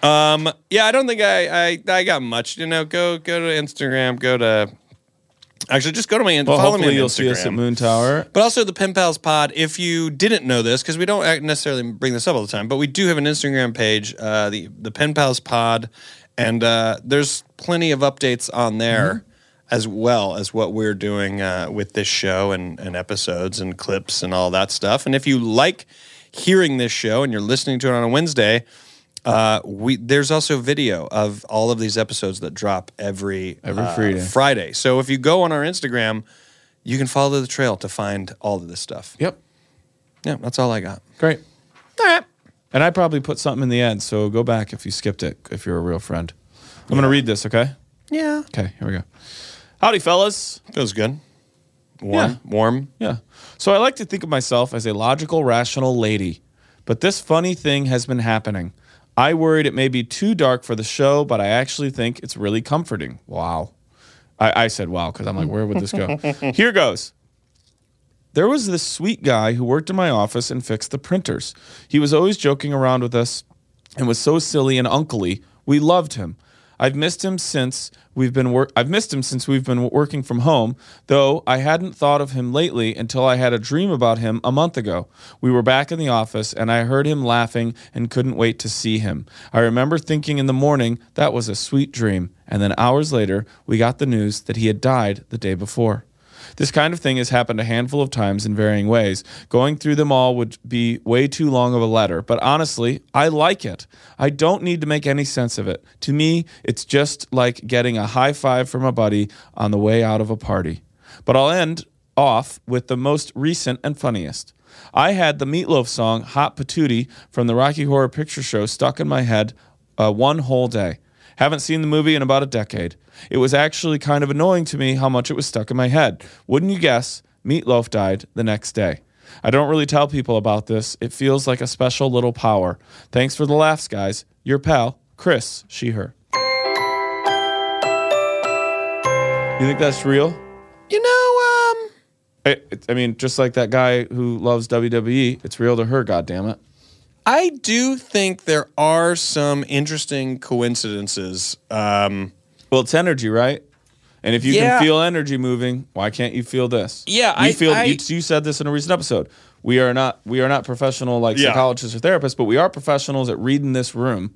Speaker 3: Um. Yeah, I don't think I I, I got much. You know, go go to Instagram. Go to actually just go to my in-
Speaker 2: Well,
Speaker 3: follow me on
Speaker 2: hopefully you'll
Speaker 3: Instagram.
Speaker 2: see us at Moon Tower.
Speaker 3: But also the Pen Pals Pod. If you didn't know this, because we don't act- necessarily bring this up all the time, but we do have an Instagram page, uh, the the Pen Pals Pod, and uh, there's plenty of updates on there,
Speaker 2: Mm-hmm.
Speaker 3: as well as what we're doing uh, with this show and and episodes and clips and all that stuff. And if you like hearing this show and you're listening to it on a Wednesday. Uh, we there's also video of all of these episodes that drop every
Speaker 2: Every
Speaker 3: uh,
Speaker 2: Friday.
Speaker 3: Friday. So if you go on our Instagram, you can follow the trail to find all of this stuff.
Speaker 2: Yep.
Speaker 3: Yeah, that's all I got.
Speaker 2: Great. All right. And I probably put something in the end, so go back if you skipped it, if you're a real friend. I'm going to read this, okay?
Speaker 3: Yeah.
Speaker 2: Okay, here we go. Howdy, fellas.
Speaker 3: Feels good. Warm.
Speaker 2: Yeah.
Speaker 3: Warm.
Speaker 2: Yeah. So I like to think of myself as a logical, rational lady. But this funny thing has been happening. I worried it may be too dark for the show, but I actually think it's really comforting. Wow. I, I said wow because I'm like, where would this go? Here goes. There was this sweet guy who worked in my office and fixed the printers. He was always joking around with us and was so silly and uncly. We loved him. I've missed him since we've been wor- I've missed him since we've been working from home, though I hadn't thought of him lately until I had a dream about him a month ago. We were back in the office and I heard him laughing and couldn't wait to see him. I remember thinking in the morning that was a sweet dream, and then hours later we got the news that he had died the day before. This kind of thing has happened a handful of times in varying ways. Going through them all would be way too long of a letter, but honestly, I like it. I don't need to make any sense of it. To me, it's just like getting a high five from a buddy on the way out of a party. But I'll end off with the most recent and funniest. I had the Meatloaf song Hot Patootie from the Rocky Horror Picture Show stuck in my head uh, one whole day. Haven't seen the movie in about a decade. It was actually kind of annoying to me how much it was stuck in my head. Wouldn't you guess? Meatloaf died the next day. I don't really tell people about this. It feels like a special little power. Thanks for the laughs, guys. Your pal, Chris, she, her. You think that's real?
Speaker 3: You know, um,
Speaker 2: E, I, I mean, just like that guy who loves WWE, it's real to her, goddammit.
Speaker 3: I do think there are some interesting coincidences. Um,
Speaker 5: Well, it's energy, right? And if you
Speaker 3: Yeah.
Speaker 5: can feel energy moving, why can't you feel this?
Speaker 3: Yeah,
Speaker 5: you
Speaker 3: I-
Speaker 5: feel.
Speaker 3: I-
Speaker 5: you, you said this in a recent episode. We are not. We are not professional like
Speaker 3: Yeah.
Speaker 5: psychologists or therapists, but we are professionals at reading this room.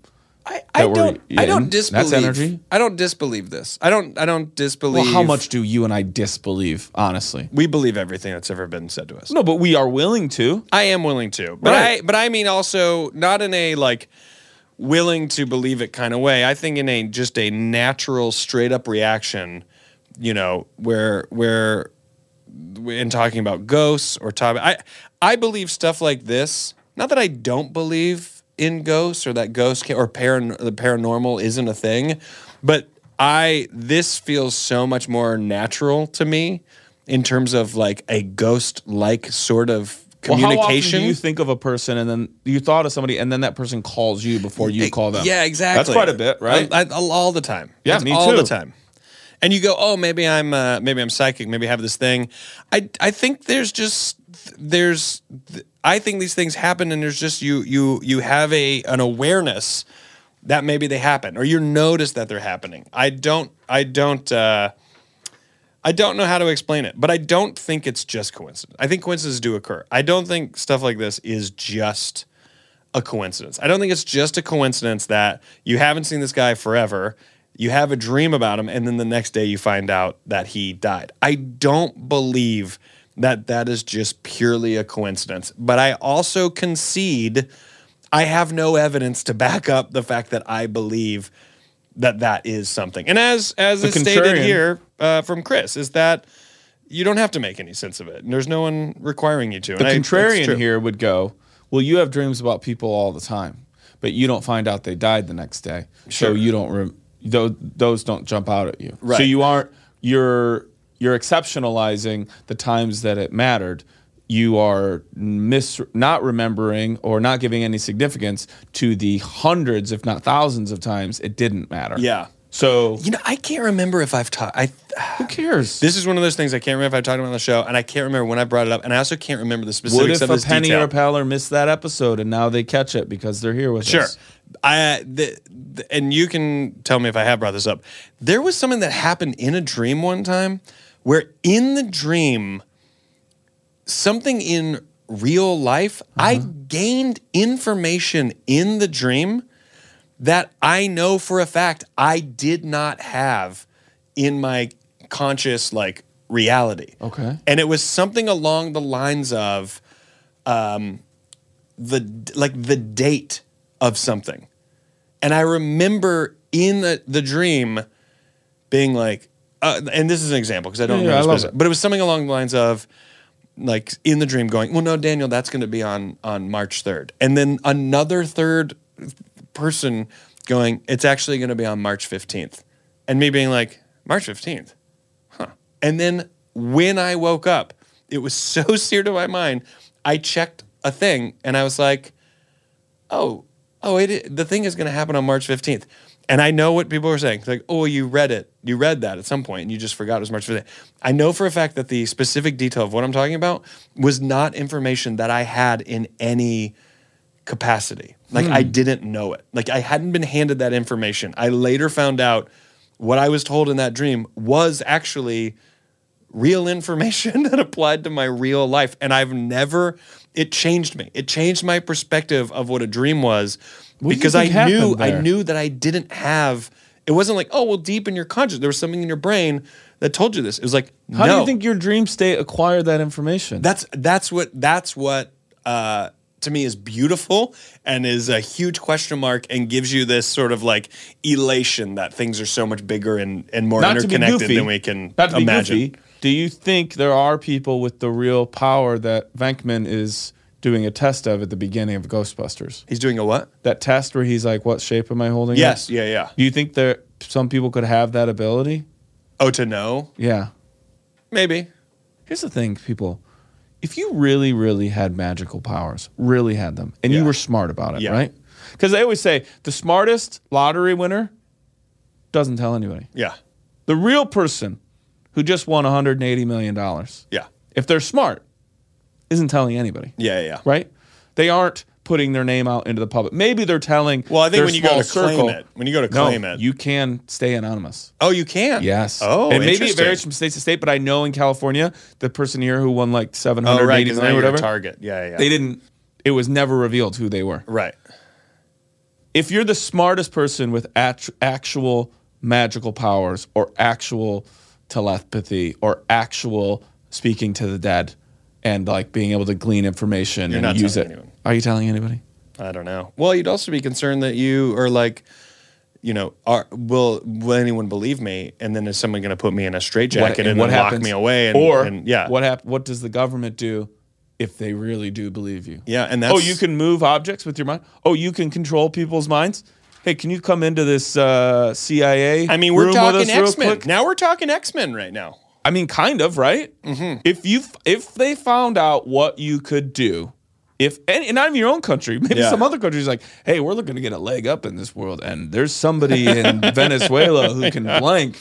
Speaker 6: I, I
Speaker 5: That we're
Speaker 6: don't. I
Speaker 5: in.
Speaker 6: don't
Speaker 5: That's
Speaker 6: disbelieve.
Speaker 5: energy?
Speaker 6: I don't disbelieve this. I don't. I don't disbelieve.
Speaker 5: Well, how much do you and I disbelieve, honestly?
Speaker 3: we believe everything that's ever been said to us.
Speaker 5: No, but we are willing to.
Speaker 3: I am willing to, but I
Speaker 5: Right.
Speaker 3: but I mean also not in a like willing to believe it kind of way. I think in a just a natural, straight up reaction. You know, where where in talking about ghosts or top, I I believe stuff like this. Not that I don't believe in ghosts or that ghosts can, or paran- the paranormal isn't a thing, but I this feels so much more natural to me in terms of like a ghost like sort of
Speaker 5: Well, how often
Speaker 3: communication.
Speaker 5: do you think of a person and then you thought of somebody and then that person calls you before you call them?
Speaker 3: Yeah, exactly.
Speaker 5: That's quite a bit, right?
Speaker 3: I, I- all the time.
Speaker 5: Yeah,
Speaker 3: That's
Speaker 5: me
Speaker 3: all
Speaker 5: too.
Speaker 3: the time. And you go, oh, maybe I'm uh, maybe I'm psychic. Maybe I have this thing. I I think there's just there's I think these things happen, and there's just you you you have a an awareness that maybe they happen, or you notice that they're happening. I don't I don't. Uh, I don't know how to explain it, but I don't think it's just coincidence. I think coincidences do occur. I don't think stuff like this is just a coincidence. I don't think it's just a coincidence that you haven't seen this guy forever, you have a dream about him, and then the next day you find out that he died. I don't believe that that is just purely a coincidence, but I also concede I have no evidence to back up the fact that I believe that that is something. And as as
Speaker 5: The
Speaker 3: is stated
Speaker 5: contrarian.
Speaker 3: here uh, from Chris, is that you don't have to make any sense of it. And there's no one requiring you to.
Speaker 5: The
Speaker 3: and I- it's
Speaker 5: contrarian
Speaker 3: true.
Speaker 5: here would go, Well, you have dreams about people all the time, but you don't find out they died the next day. So
Speaker 3: Sure.
Speaker 5: you don't, rem- those, those don't jump out at you. So
Speaker 3: Right.
Speaker 5: you aren't, you're, you're exceptionalizing the times that it mattered. You are mis- not remembering or not giving any significance to the hundreds, if not thousands, of times it didn't matter.
Speaker 3: Yeah.
Speaker 5: So
Speaker 3: You know, I can't remember if I've talked. I
Speaker 5: who cares?
Speaker 3: this is one of those things I can't remember if I've talked about on the show, and I can't remember when I brought it up, and I also can't remember the
Speaker 5: what
Speaker 3: specifics
Speaker 5: if
Speaker 3: of
Speaker 5: a
Speaker 3: this
Speaker 5: penny
Speaker 3: detail.
Speaker 5: or a Peller missed that episode and now they catch it because they're here with
Speaker 3: sure,
Speaker 5: us?
Speaker 3: I the, the, and you can tell me if I have brought this up. There was something that happened in a dream one time, where in the dream, something in real life, I
Speaker 5: Uh-huh.
Speaker 3: gained information in the dream that I know for a fact I did not have in my conscious like reality.
Speaker 5: Okay.
Speaker 3: And it was something along the lines of um the like the date of something. And I remember in the, the dream being like uh, and this is an example because I don't
Speaker 5: Yeah, yeah,
Speaker 3: remember
Speaker 5: I love
Speaker 3: specific-
Speaker 5: it.
Speaker 3: but it was something along the lines of like in the dream going, well, no, Daniel, that's going to be on on March third, and then another third person going, it's actually going to be on March fifteenth, and me being like, March fifteenth, huh? And then when I woke up, it was (laughs) so seared to my mind. I checked a thing, and I was like, oh, oh, it, i- the thing is going to happen on March 15th. And I know what people are saying. It's like, oh, you read it. You read that at some point and you just forgot it was March 15th. I know for a fact that the specific detail of what I'm talking about was not information that I had in any capacity. Like
Speaker 5: Hmm.
Speaker 3: I didn't know it. Like I hadn't been handed that information. I later found out what I was told in that dream was actually real information (laughs) that applied to my real life. And I've never, it changed me. It changed my perspective of what a dream was
Speaker 5: do you
Speaker 3: because I
Speaker 5: think happened
Speaker 3: knew,
Speaker 5: there?
Speaker 3: I knew that I didn't have, it wasn't like, oh, well, deep in your conscious, there was something in your brain that told you this. It was like,
Speaker 5: How do
Speaker 3: no.
Speaker 5: you think your dream state acquired that information?
Speaker 3: That's that's what that's what uh, to me is beautiful and is a huge question mark and gives you this sort of like elation that things are so much bigger and and more
Speaker 5: not to be
Speaker 3: interconnected
Speaker 5: goofy.
Speaker 3: than we can
Speaker 5: not to be
Speaker 3: imagine.
Speaker 5: Goofy, do you think there are people with the real power that Venkman is doing a test of at the beginning of Ghostbusters?
Speaker 3: He's doing a what?
Speaker 5: That test where he's like, "What shape am I holding?"
Speaker 3: Yes,
Speaker 5: up?"
Speaker 3: yeah, yeah.
Speaker 5: Do you think there some people could have that ability?
Speaker 3: Oh, to know?
Speaker 5: Yeah.
Speaker 3: Maybe.
Speaker 5: Here's the thing, people. If you really, really had magical powers, really had them, and you
Speaker 3: Yeah.
Speaker 5: were smart about it,
Speaker 3: Yeah.
Speaker 5: right? Because they always say the smartest lottery winner doesn't tell anybody.
Speaker 3: Yeah,
Speaker 5: The real person who just won $180 million,
Speaker 3: yeah,
Speaker 5: if they're smart, isn't telling anybody,
Speaker 3: yeah, yeah.
Speaker 5: right? They aren't putting their name out into the public. Maybe they're telling.
Speaker 3: Well, I think
Speaker 5: their
Speaker 3: when you go
Speaker 5: small
Speaker 3: to claim
Speaker 5: circle-
Speaker 3: it- when you go to
Speaker 5: No,
Speaker 3: claim it-
Speaker 5: you can stay anonymous.
Speaker 3: Oh, you can.
Speaker 5: Yes.
Speaker 3: Oh,
Speaker 5: and maybe it
Speaker 3: interesting.
Speaker 5: varies from state to state, but I know in California, the person here who won like seven
Speaker 3: Oh,
Speaker 5: hundred
Speaker 3: right.
Speaker 5: eighty
Speaker 3: Because
Speaker 5: million
Speaker 3: now
Speaker 5: or
Speaker 3: you're
Speaker 5: whatever,
Speaker 3: a target. Yeah, yeah. yeah.
Speaker 5: they didn't. It was never revealed who they were.
Speaker 3: Right.
Speaker 5: If you're the smartest person with act- actual magical powers or actual telepathy or actual speaking to the dead and like being able to glean information
Speaker 3: You're
Speaker 5: and
Speaker 3: not
Speaker 5: use it,
Speaker 3: telling anyone.
Speaker 5: are you telling anybody?
Speaker 3: I don't know. Well, you'd also be concerned that you are like, you know, are, will will anyone believe me? And then is someone going to put me in a straitjacket and, then lock me away? And,
Speaker 5: or
Speaker 3: and- yeah,
Speaker 5: what hap- What does the government do if they really do believe you?
Speaker 3: Yeah, and that's-
Speaker 5: oh, you can move objects with your mind. Oh, you can control people's minds. Hey, can you come into this uh, CIA?
Speaker 3: I mean, we're
Speaker 5: room
Speaker 3: talking
Speaker 5: with us real
Speaker 3: X Men
Speaker 5: quick?
Speaker 3: now. We're talking X Men right now.
Speaker 5: I mean, kind of, right? Mm-hmm. If you if they found out what you could do, if and, and not in your own country, (laughs) maybe
Speaker 3: Yeah.
Speaker 5: some other country's like, hey, we're looking to get a leg up in this world, and there's somebody in Venezuela who can blank.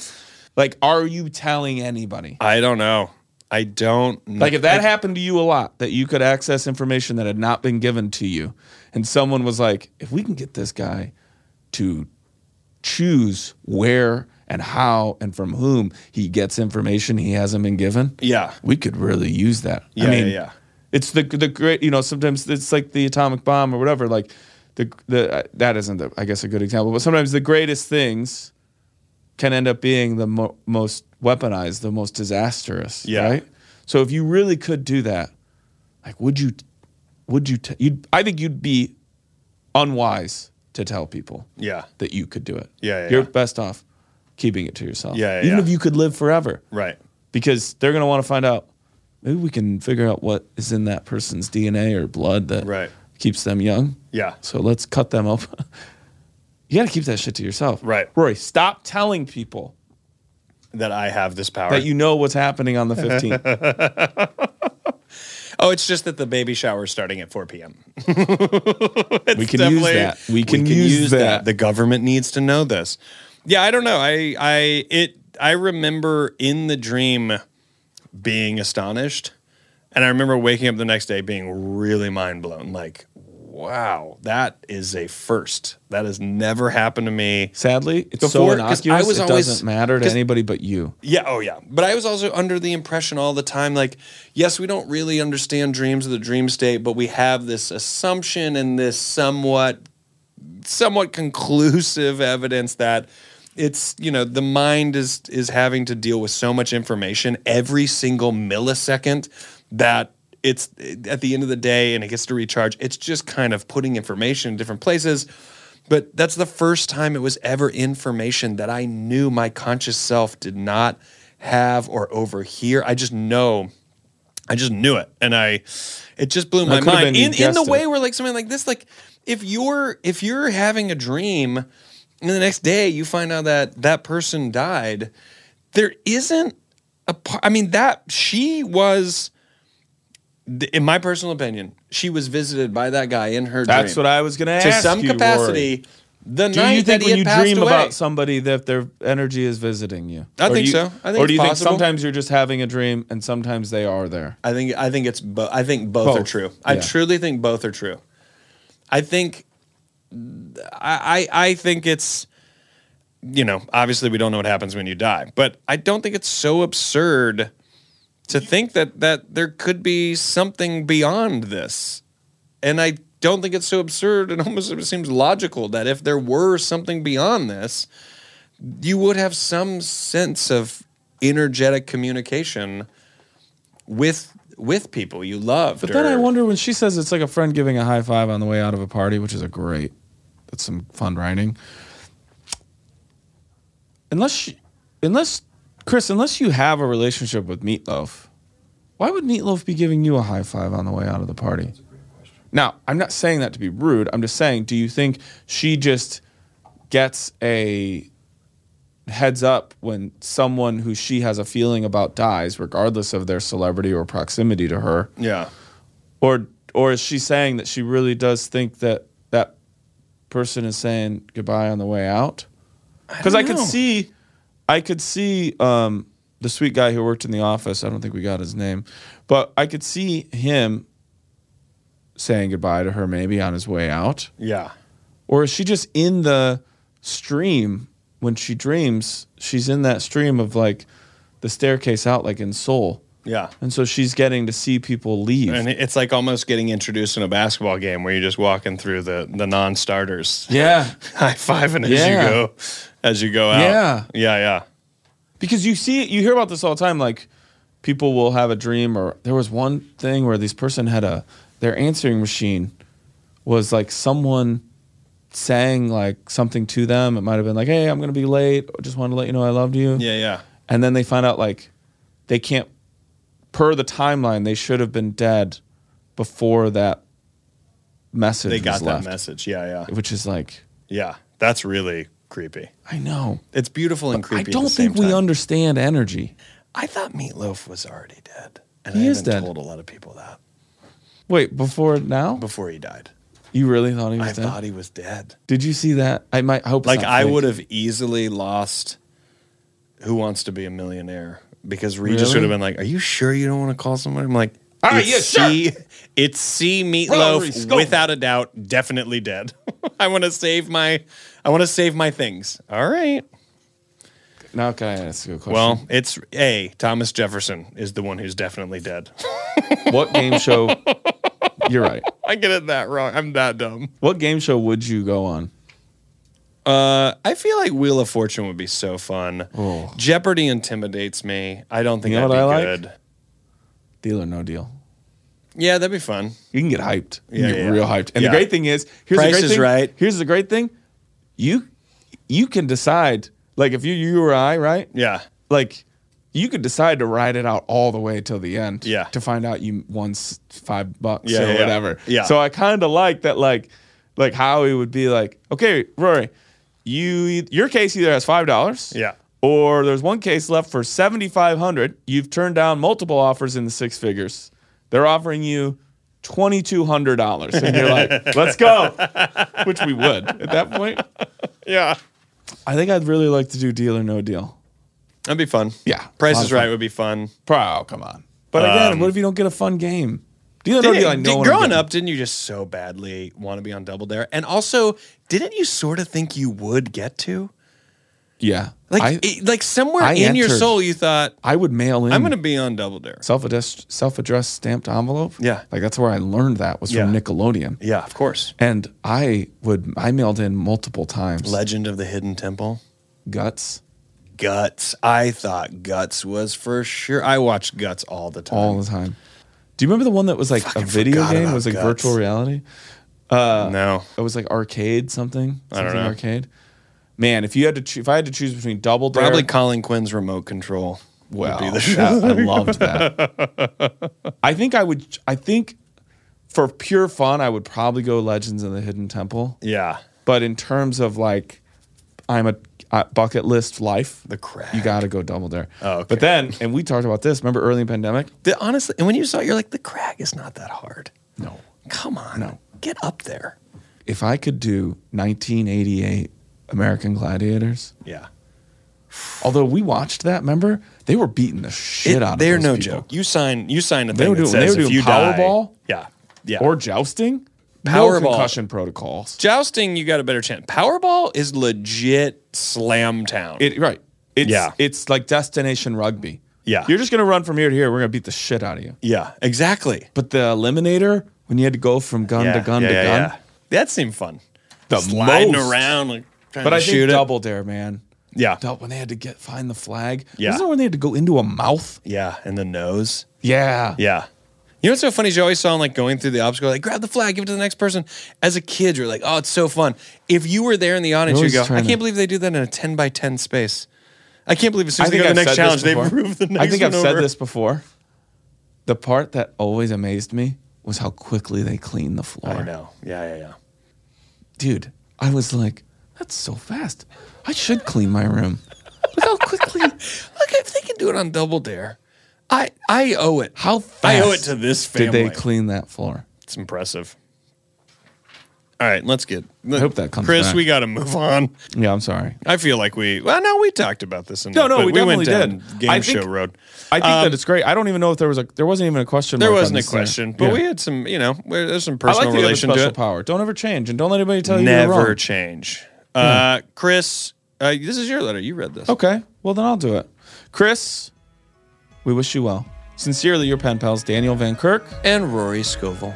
Speaker 5: Like, are you telling anybody?
Speaker 3: I don't know. I don't know.
Speaker 5: Like if that happened to you a lot, that you could access information that had not been given to you, and someone was like, "If we can get this guy to choose where and how and from whom he gets information he hasn't been given,
Speaker 3: Yeah.
Speaker 5: we could really use that."
Speaker 3: Yeah,
Speaker 5: I
Speaker 3: yeah,
Speaker 5: mean,
Speaker 3: yeah.
Speaker 5: it's the the great, you know, sometimes it's like the atomic bomb or whatever. Like the the uh, that isn't, the, I guess, a good example, but sometimes the greatest things can end up being the mo- most weaponized, the most disastrous.
Speaker 3: Yeah.
Speaker 5: Right. So if you really could do that, like, would you? Would you? T- you'd. I think you'd be unwise to tell people
Speaker 3: Yeah.
Speaker 5: that you could do it.
Speaker 3: Yeah, yeah,
Speaker 5: You're
Speaker 3: yeah.
Speaker 5: best off keeping it to yourself.
Speaker 3: Yeah, yeah,
Speaker 5: Even
Speaker 3: yeah.
Speaker 5: if you could live forever,
Speaker 3: Right.
Speaker 5: because they're gonna want to find out. Maybe we can figure out what is in that person's DNA or blood that
Speaker 3: Right.
Speaker 5: keeps them young.
Speaker 3: Yeah.
Speaker 5: So let's cut them up. (laughs) you gotta keep that shit to yourself.
Speaker 3: Right.
Speaker 5: Rory, stop telling people
Speaker 3: That I have this power.
Speaker 5: that you know what's
Speaker 3: (laughs)
Speaker 5: happening on the 15th.
Speaker 3: oh, it's just that the baby shower is starting at 4 p.m.
Speaker 5: we can use
Speaker 3: Definitely-
Speaker 5: that. We can, use, that.
Speaker 3: The government needs to know this. Yeah, I don't know. I I it I remember in the dream being astonished, and I remember waking up the next day being really mind blown. Like, wow, that is a first. That has never happened to me.
Speaker 5: Sadly, it's so
Speaker 3: Before- 'cause I
Speaker 5: innocuous.
Speaker 3: was
Speaker 5: it
Speaker 3: always-
Speaker 5: doesn't matter to
Speaker 3: 'cause-
Speaker 5: anybody but you.
Speaker 3: Yeah, oh yeah. But I was also under the impression all the time like, yes, we don't really understand dreams or the dream state, but we have this assumption and this somewhat somewhat conclusive evidence that it's, you know, the mind is is having to deal with so much information every single millisecond that it's at the end of the day and it gets to recharge. It's just kind of putting information in different places. But that's the first time it was ever information that I knew my conscious self did not have or overhear. I just know, I just knew it, and I, it just blew my
Speaker 5: could've been
Speaker 3: mind.
Speaker 5: you
Speaker 3: In in the
Speaker 5: guessed
Speaker 3: way
Speaker 5: it.
Speaker 3: where like something like this, like if you're if you're having a dream, and the next day you find out that that person died, there isn't a. par- I mean that she was. th- In my personal opinion, she was visited by that guy in her
Speaker 5: That's
Speaker 3: dream
Speaker 5: what I was going to ask
Speaker 3: to some
Speaker 5: you,
Speaker 3: capacity.
Speaker 5: Rory.
Speaker 3: The
Speaker 5: Do
Speaker 3: night
Speaker 5: you
Speaker 3: that
Speaker 5: think
Speaker 3: he
Speaker 5: when you
Speaker 3: had passed
Speaker 5: dream
Speaker 3: away.
Speaker 5: about somebody that their energy is visiting you?
Speaker 3: I think
Speaker 5: Or do you-
Speaker 3: so. I think
Speaker 5: or
Speaker 3: it's
Speaker 5: do you
Speaker 3: possible.
Speaker 5: think sometimes you're just having a dream and sometimes they are there?
Speaker 3: I think I think it's bo- I think both, are
Speaker 5: Both.
Speaker 3: true. I
Speaker 5: Yeah.
Speaker 3: truly think both are true. I think I, I I think it's you know obviously we don't know what happens when you die, but I don't think it's so absurd to think that that there could be something beyond this, and I don't think it's so absurd. It almost seems logical that if there were something beyond this, you would have some sense of energetic communication with with people you loved.
Speaker 5: But then I
Speaker 3: or-
Speaker 5: wonder when she says it's like a friend giving a high five on the way out of a party, which is a great, that's some fun writing. Unless, she, unless Chris, unless you have a relationship with Meatloaf, why would Meatloaf be giving you a high five on the way out of the party? Now, I'm not saying that to be rude. I'm just saying, do you think she just gets a heads up when someone who she has a feeling about dies, regardless of their celebrity or proximity to her?
Speaker 3: Yeah.
Speaker 5: or or is she saying that she really does think that that person is saying goodbye on the way out? Because I, could
Speaker 3: know.
Speaker 5: see, I could see um, the sweet guy who worked in the office. I don't think we got his name, but I could see him saying goodbye to her maybe on his way out?
Speaker 3: Yeah.
Speaker 5: Or is she just in the stream when she dreams? She's in that stream of like the staircase out, like in Seoul.
Speaker 3: Yeah.
Speaker 5: And so she's getting to see people leave.
Speaker 3: And it- it's like almost getting introduced in a basketball game where you're just walking through the, the non starters,
Speaker 5: yeah.
Speaker 3: (laughs) high fiving as
Speaker 5: Yeah.
Speaker 3: you go as you go out.
Speaker 5: Yeah.
Speaker 3: yeah, yeah.
Speaker 5: because you see you hear about this all the time like people will have a dream or there was one thing where this person had a their answering machine was like someone saying like something to them it might have been like hey i'm gonna be late just wanted to let you know i loved you
Speaker 3: Yeah, yeah.
Speaker 5: and then they find out like they can't per the timeline they should have been dead before that message
Speaker 3: They got
Speaker 5: was
Speaker 3: that
Speaker 5: left,
Speaker 3: message. Yeah, yeah.
Speaker 5: which is like
Speaker 3: Yeah. That's really creepy.
Speaker 5: i know
Speaker 3: It's beautiful and creepy.
Speaker 5: i
Speaker 3: at the
Speaker 5: don't
Speaker 3: same
Speaker 5: think we
Speaker 3: time.
Speaker 5: understand energy
Speaker 3: I thought Meatloaf was already dead. And
Speaker 5: He
Speaker 3: I
Speaker 5: is
Speaker 3: haven't
Speaker 5: dead.
Speaker 3: told a lot of people that
Speaker 5: wait before now
Speaker 3: before he died.
Speaker 5: You really thought he was
Speaker 3: I
Speaker 5: dead?
Speaker 3: thought he was dead.
Speaker 5: Did you see that? I might I hope. it's
Speaker 3: Like
Speaker 5: not
Speaker 3: I
Speaker 5: fake.
Speaker 3: would have easily lost Who Wants to Be a Millionaire because Regis
Speaker 5: Really?
Speaker 3: would have been like, "Are you sure you don't want to call someone?" I'm like, "All
Speaker 5: right,
Speaker 3: it's
Speaker 5: yeah,
Speaker 3: C, It's C
Speaker 5: Hillary
Speaker 3: Meatloaf
Speaker 5: Scope.
Speaker 3: without a doubt, definitely dead. (laughs) I want to save my, I want to save my things. All right.
Speaker 5: Now can I ask you a question?
Speaker 3: Well, it's A. Thomas Jefferson is the one who's definitely dead.
Speaker 5: (laughs)
Speaker 3: (laughs)
Speaker 5: what game show? You're right.
Speaker 3: I get it that wrong. I'm that dumb.
Speaker 5: What game show would you go on?
Speaker 3: Uh, I feel like Wheel of Fortune would be so fun.
Speaker 5: Oh.
Speaker 3: Jeopardy intimidates me. I don't think
Speaker 5: You know
Speaker 3: that'd
Speaker 5: what
Speaker 3: be
Speaker 5: I like?
Speaker 3: good.
Speaker 5: Deal or No Deal.
Speaker 3: Yeah, that'd be fun.
Speaker 5: You can get hyped. You
Speaker 3: Yeah,
Speaker 5: can get
Speaker 3: yeah.
Speaker 5: real hyped. And
Speaker 3: Yeah.
Speaker 5: the great thing is, here's
Speaker 3: Price
Speaker 5: the great
Speaker 3: is
Speaker 5: thing.
Speaker 3: Right.
Speaker 5: Here's the great thing. You you can decide. Like if you you or I, right?
Speaker 3: Yeah.
Speaker 5: Like you could decide to ride it out all the way till the end.
Speaker 3: Yeah.
Speaker 5: To find out you won s- five bucks
Speaker 3: Yeah,
Speaker 5: or
Speaker 3: yeah, yeah.
Speaker 5: whatever.
Speaker 3: Yeah.
Speaker 5: So I kind of like that. Like, like Howie would be like, okay, Rory, you e- your case either has five dollars.
Speaker 3: Yeah.
Speaker 5: Or there's one case left for seventy five hundred. You've turned down multiple offers in the six figures. They're offering you. Twenty-two hundred dollars, and
Speaker 3: (laughs)
Speaker 5: you're like, "Let's go," which we would at that point.
Speaker 3: Yeah.
Speaker 5: I think I'd really like to do Deal or No Deal.
Speaker 3: That'd be fun.
Speaker 5: Yeah,
Speaker 3: Price
Speaker 5: a
Speaker 3: is
Speaker 5: lot of
Speaker 3: Right
Speaker 5: fun.
Speaker 3: would be fun.
Speaker 5: Bro, come on. But again, what if you don't get a fun game? Deal or no deal. I
Speaker 3: Didn't-
Speaker 5: know
Speaker 3: did-
Speaker 5: what I'm
Speaker 3: Um, growing
Speaker 5: getting.
Speaker 3: up, didn't you just so badly want to be on Double Dare? And also, didn't you sort of think you would get to?
Speaker 5: Yeah,
Speaker 3: Like,
Speaker 5: I,
Speaker 3: it, like somewhere
Speaker 5: I
Speaker 3: in your
Speaker 5: entered- Hmm.
Speaker 3: soul, you thought,
Speaker 5: I would mail in.
Speaker 3: I'm going to be on Double Dare.
Speaker 5: self-addressed self-addressed stamped envelope.
Speaker 3: Yeah.
Speaker 5: like that's where I learned that was from
Speaker 3: Yeah.
Speaker 5: Nickelodeon.
Speaker 3: Yeah, of course.
Speaker 5: And I would I mailed in multiple times.
Speaker 3: Legend of the Hidden Temple.
Speaker 5: Guts
Speaker 3: Guts. I thought Guts was for sure. I watched Guts all the time.
Speaker 5: all the time. Do you remember the one that was like a
Speaker 3: Fucking
Speaker 5: video
Speaker 3: forgot
Speaker 5: game? It
Speaker 3: about
Speaker 5: was like
Speaker 3: Guts.
Speaker 5: virtual reality.
Speaker 3: no.
Speaker 5: It was like arcade something.
Speaker 3: I don't
Speaker 5: Something
Speaker 3: know.
Speaker 5: Arcade. Man, if you had to, choo- if I had to choose between Double Dare,
Speaker 3: Probably Colin Quinn's remote control. would
Speaker 5: Well,
Speaker 3: be the
Speaker 5: that- I
Speaker 3: (laughs)
Speaker 5: loved that. I think I would. I think for pure fun, I would probably go Legends of the Hidden Temple.
Speaker 3: Yeah.
Speaker 5: But in terms of like, I'm a uh, bucket list life.
Speaker 3: The crack.
Speaker 5: You got to go double dare.
Speaker 3: Oh, okay.
Speaker 5: But then, and we talked about this. Remember early in the pandemic?
Speaker 3: The, honestly, and when you saw it, you're like, the crag is not that hard.
Speaker 5: No.
Speaker 3: Come on.
Speaker 5: No.
Speaker 3: Get up there.
Speaker 5: If I could do 1988 American Gladiators,
Speaker 3: Yeah.
Speaker 5: although we watched that, remember they were beating the shit out of
Speaker 3: they're
Speaker 5: those
Speaker 3: no
Speaker 5: people.
Speaker 3: joke. You sign you sign a
Speaker 5: They
Speaker 3: thing
Speaker 5: were
Speaker 3: that
Speaker 5: doing- they
Speaker 3: says
Speaker 5: were
Speaker 3: if
Speaker 5: doing
Speaker 3: you die-
Speaker 5: Powerball?
Speaker 3: Yeah. Yeah.
Speaker 5: Or jousting. no
Speaker 3: Powerball.
Speaker 5: concussion protocols.
Speaker 3: jousting, you got a better chance. Powerball is legit slam town.
Speaker 5: It right. It's
Speaker 3: Yeah.
Speaker 5: it's like destination rugby.
Speaker 3: Yeah.
Speaker 5: You're just gonna run from here to here. We're gonna beat the shit out of you.
Speaker 3: yeah, exactly.
Speaker 5: But the eliminator, when you had to go from gun to gun to gun,
Speaker 3: That seemed fun.
Speaker 5: the
Speaker 3: Sliding
Speaker 5: most.
Speaker 3: around like trying
Speaker 5: But
Speaker 3: to
Speaker 5: I
Speaker 3: shoot
Speaker 5: think
Speaker 3: it.
Speaker 5: double dare, man.
Speaker 3: Yeah.
Speaker 5: Double, when they had to get find the flag.
Speaker 3: Yeah.
Speaker 5: Wasn't it when they had to go into a mouth?
Speaker 3: Yeah, and the nose.
Speaker 5: Yeah.
Speaker 3: Yeah. You know what's so funny is you always saw him like going through the obstacle, like grab the flag, give it to the next person. As a kid, you're like, oh, it's so fun. If you were there in the audience,
Speaker 5: They're
Speaker 3: you'd go,
Speaker 5: always
Speaker 3: I
Speaker 5: trying
Speaker 3: can't
Speaker 5: to-
Speaker 3: believe they do that in a 10 by 10 space. I can't believe as soon
Speaker 5: I
Speaker 3: as they go
Speaker 5: think
Speaker 3: to
Speaker 5: I've
Speaker 3: the next
Speaker 5: said
Speaker 3: challenge,
Speaker 5: this
Speaker 3: they (laughs)
Speaker 5: before.
Speaker 3: move the next
Speaker 5: I think I've
Speaker 3: one
Speaker 5: said
Speaker 3: over.
Speaker 5: this before. The part that always amazed me was how quickly they clean the floor.
Speaker 3: I know. Yeah, yeah, yeah.
Speaker 5: dude, I was like, that's so fast. I should clean my room. Look how quickly.
Speaker 3: Look, if they can do it on Double Dare, I, I owe it.
Speaker 5: How fast
Speaker 3: I owe it to this family.
Speaker 5: did they clean that floor?
Speaker 3: It's impressive. All right, let's get. I
Speaker 5: hope that comes
Speaker 3: Chris,
Speaker 5: back.
Speaker 3: we got to move on.
Speaker 5: Yeah, I'm sorry.
Speaker 3: I feel like we. Well, no, we talked about this. Enough,
Speaker 5: No, no,
Speaker 3: but
Speaker 5: we
Speaker 3: went
Speaker 5: definitely
Speaker 3: down
Speaker 5: did.
Speaker 3: game
Speaker 5: I think-
Speaker 3: show road.
Speaker 5: I think that it's great. I don't even know if there was a there wasn't even a question.
Speaker 3: Um, There
Speaker 5: mark on
Speaker 3: wasn't a
Speaker 5: this thing.
Speaker 3: question, but
Speaker 5: Yeah.
Speaker 3: we had some. You know, where there's some
Speaker 5: I like
Speaker 3: personal
Speaker 5: that you have a
Speaker 3: relation to
Speaker 5: special
Speaker 3: it.
Speaker 5: power. Don't ever change, and don't let anybody tell you you're wrong.
Speaker 3: Never change. Uh, Chris, uh, this is your letter. You read this.
Speaker 5: Okay. Well, then I'll do it. Chris, we wish you well. Sincerely, your pen pals, Daniel Van Kirk.
Speaker 3: And Rory Scovel.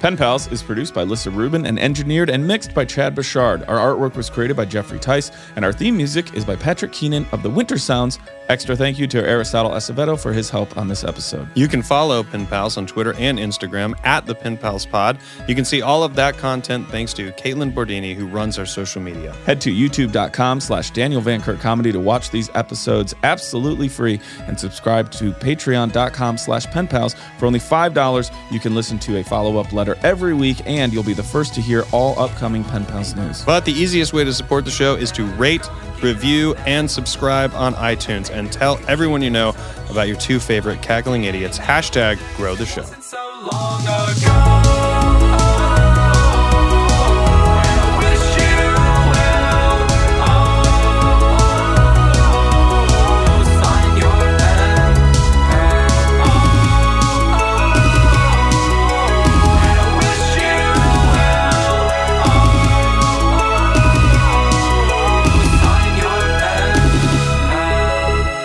Speaker 5: Pen Pals is produced by Lissa Rubin and engineered and mixed by Chad Bouchard. Our artwork was created by Jeffrey Tice, and our theme music is by Patrick Keenan of the Winter Sounds. Extra thank you to Aristotle Acevedo for his help on this episode.
Speaker 3: You can follow Pen Pals on Twitter and Instagram at the Pen Pals Pod. You can see all of that content thanks to Caitlin Bordini, who runs our social media.
Speaker 5: Head to youtube.com slash Daniel Van Kirk Comedy to watch these episodes absolutely free and subscribe to patreon.com slash pen pals. For only $5, you can listen to a follow up letter every week and you'll be the first to hear all upcoming pen pals news.
Speaker 3: But the easiest way to support the show is to rate, review, and subscribe on iTunes and tell everyone you know about your two favorite cackling idiots. Hashtag grow the show.
Speaker 7: so long ago. And I wish you well. Oh, sign your pen. And I wish you well. Oh, sign your pen.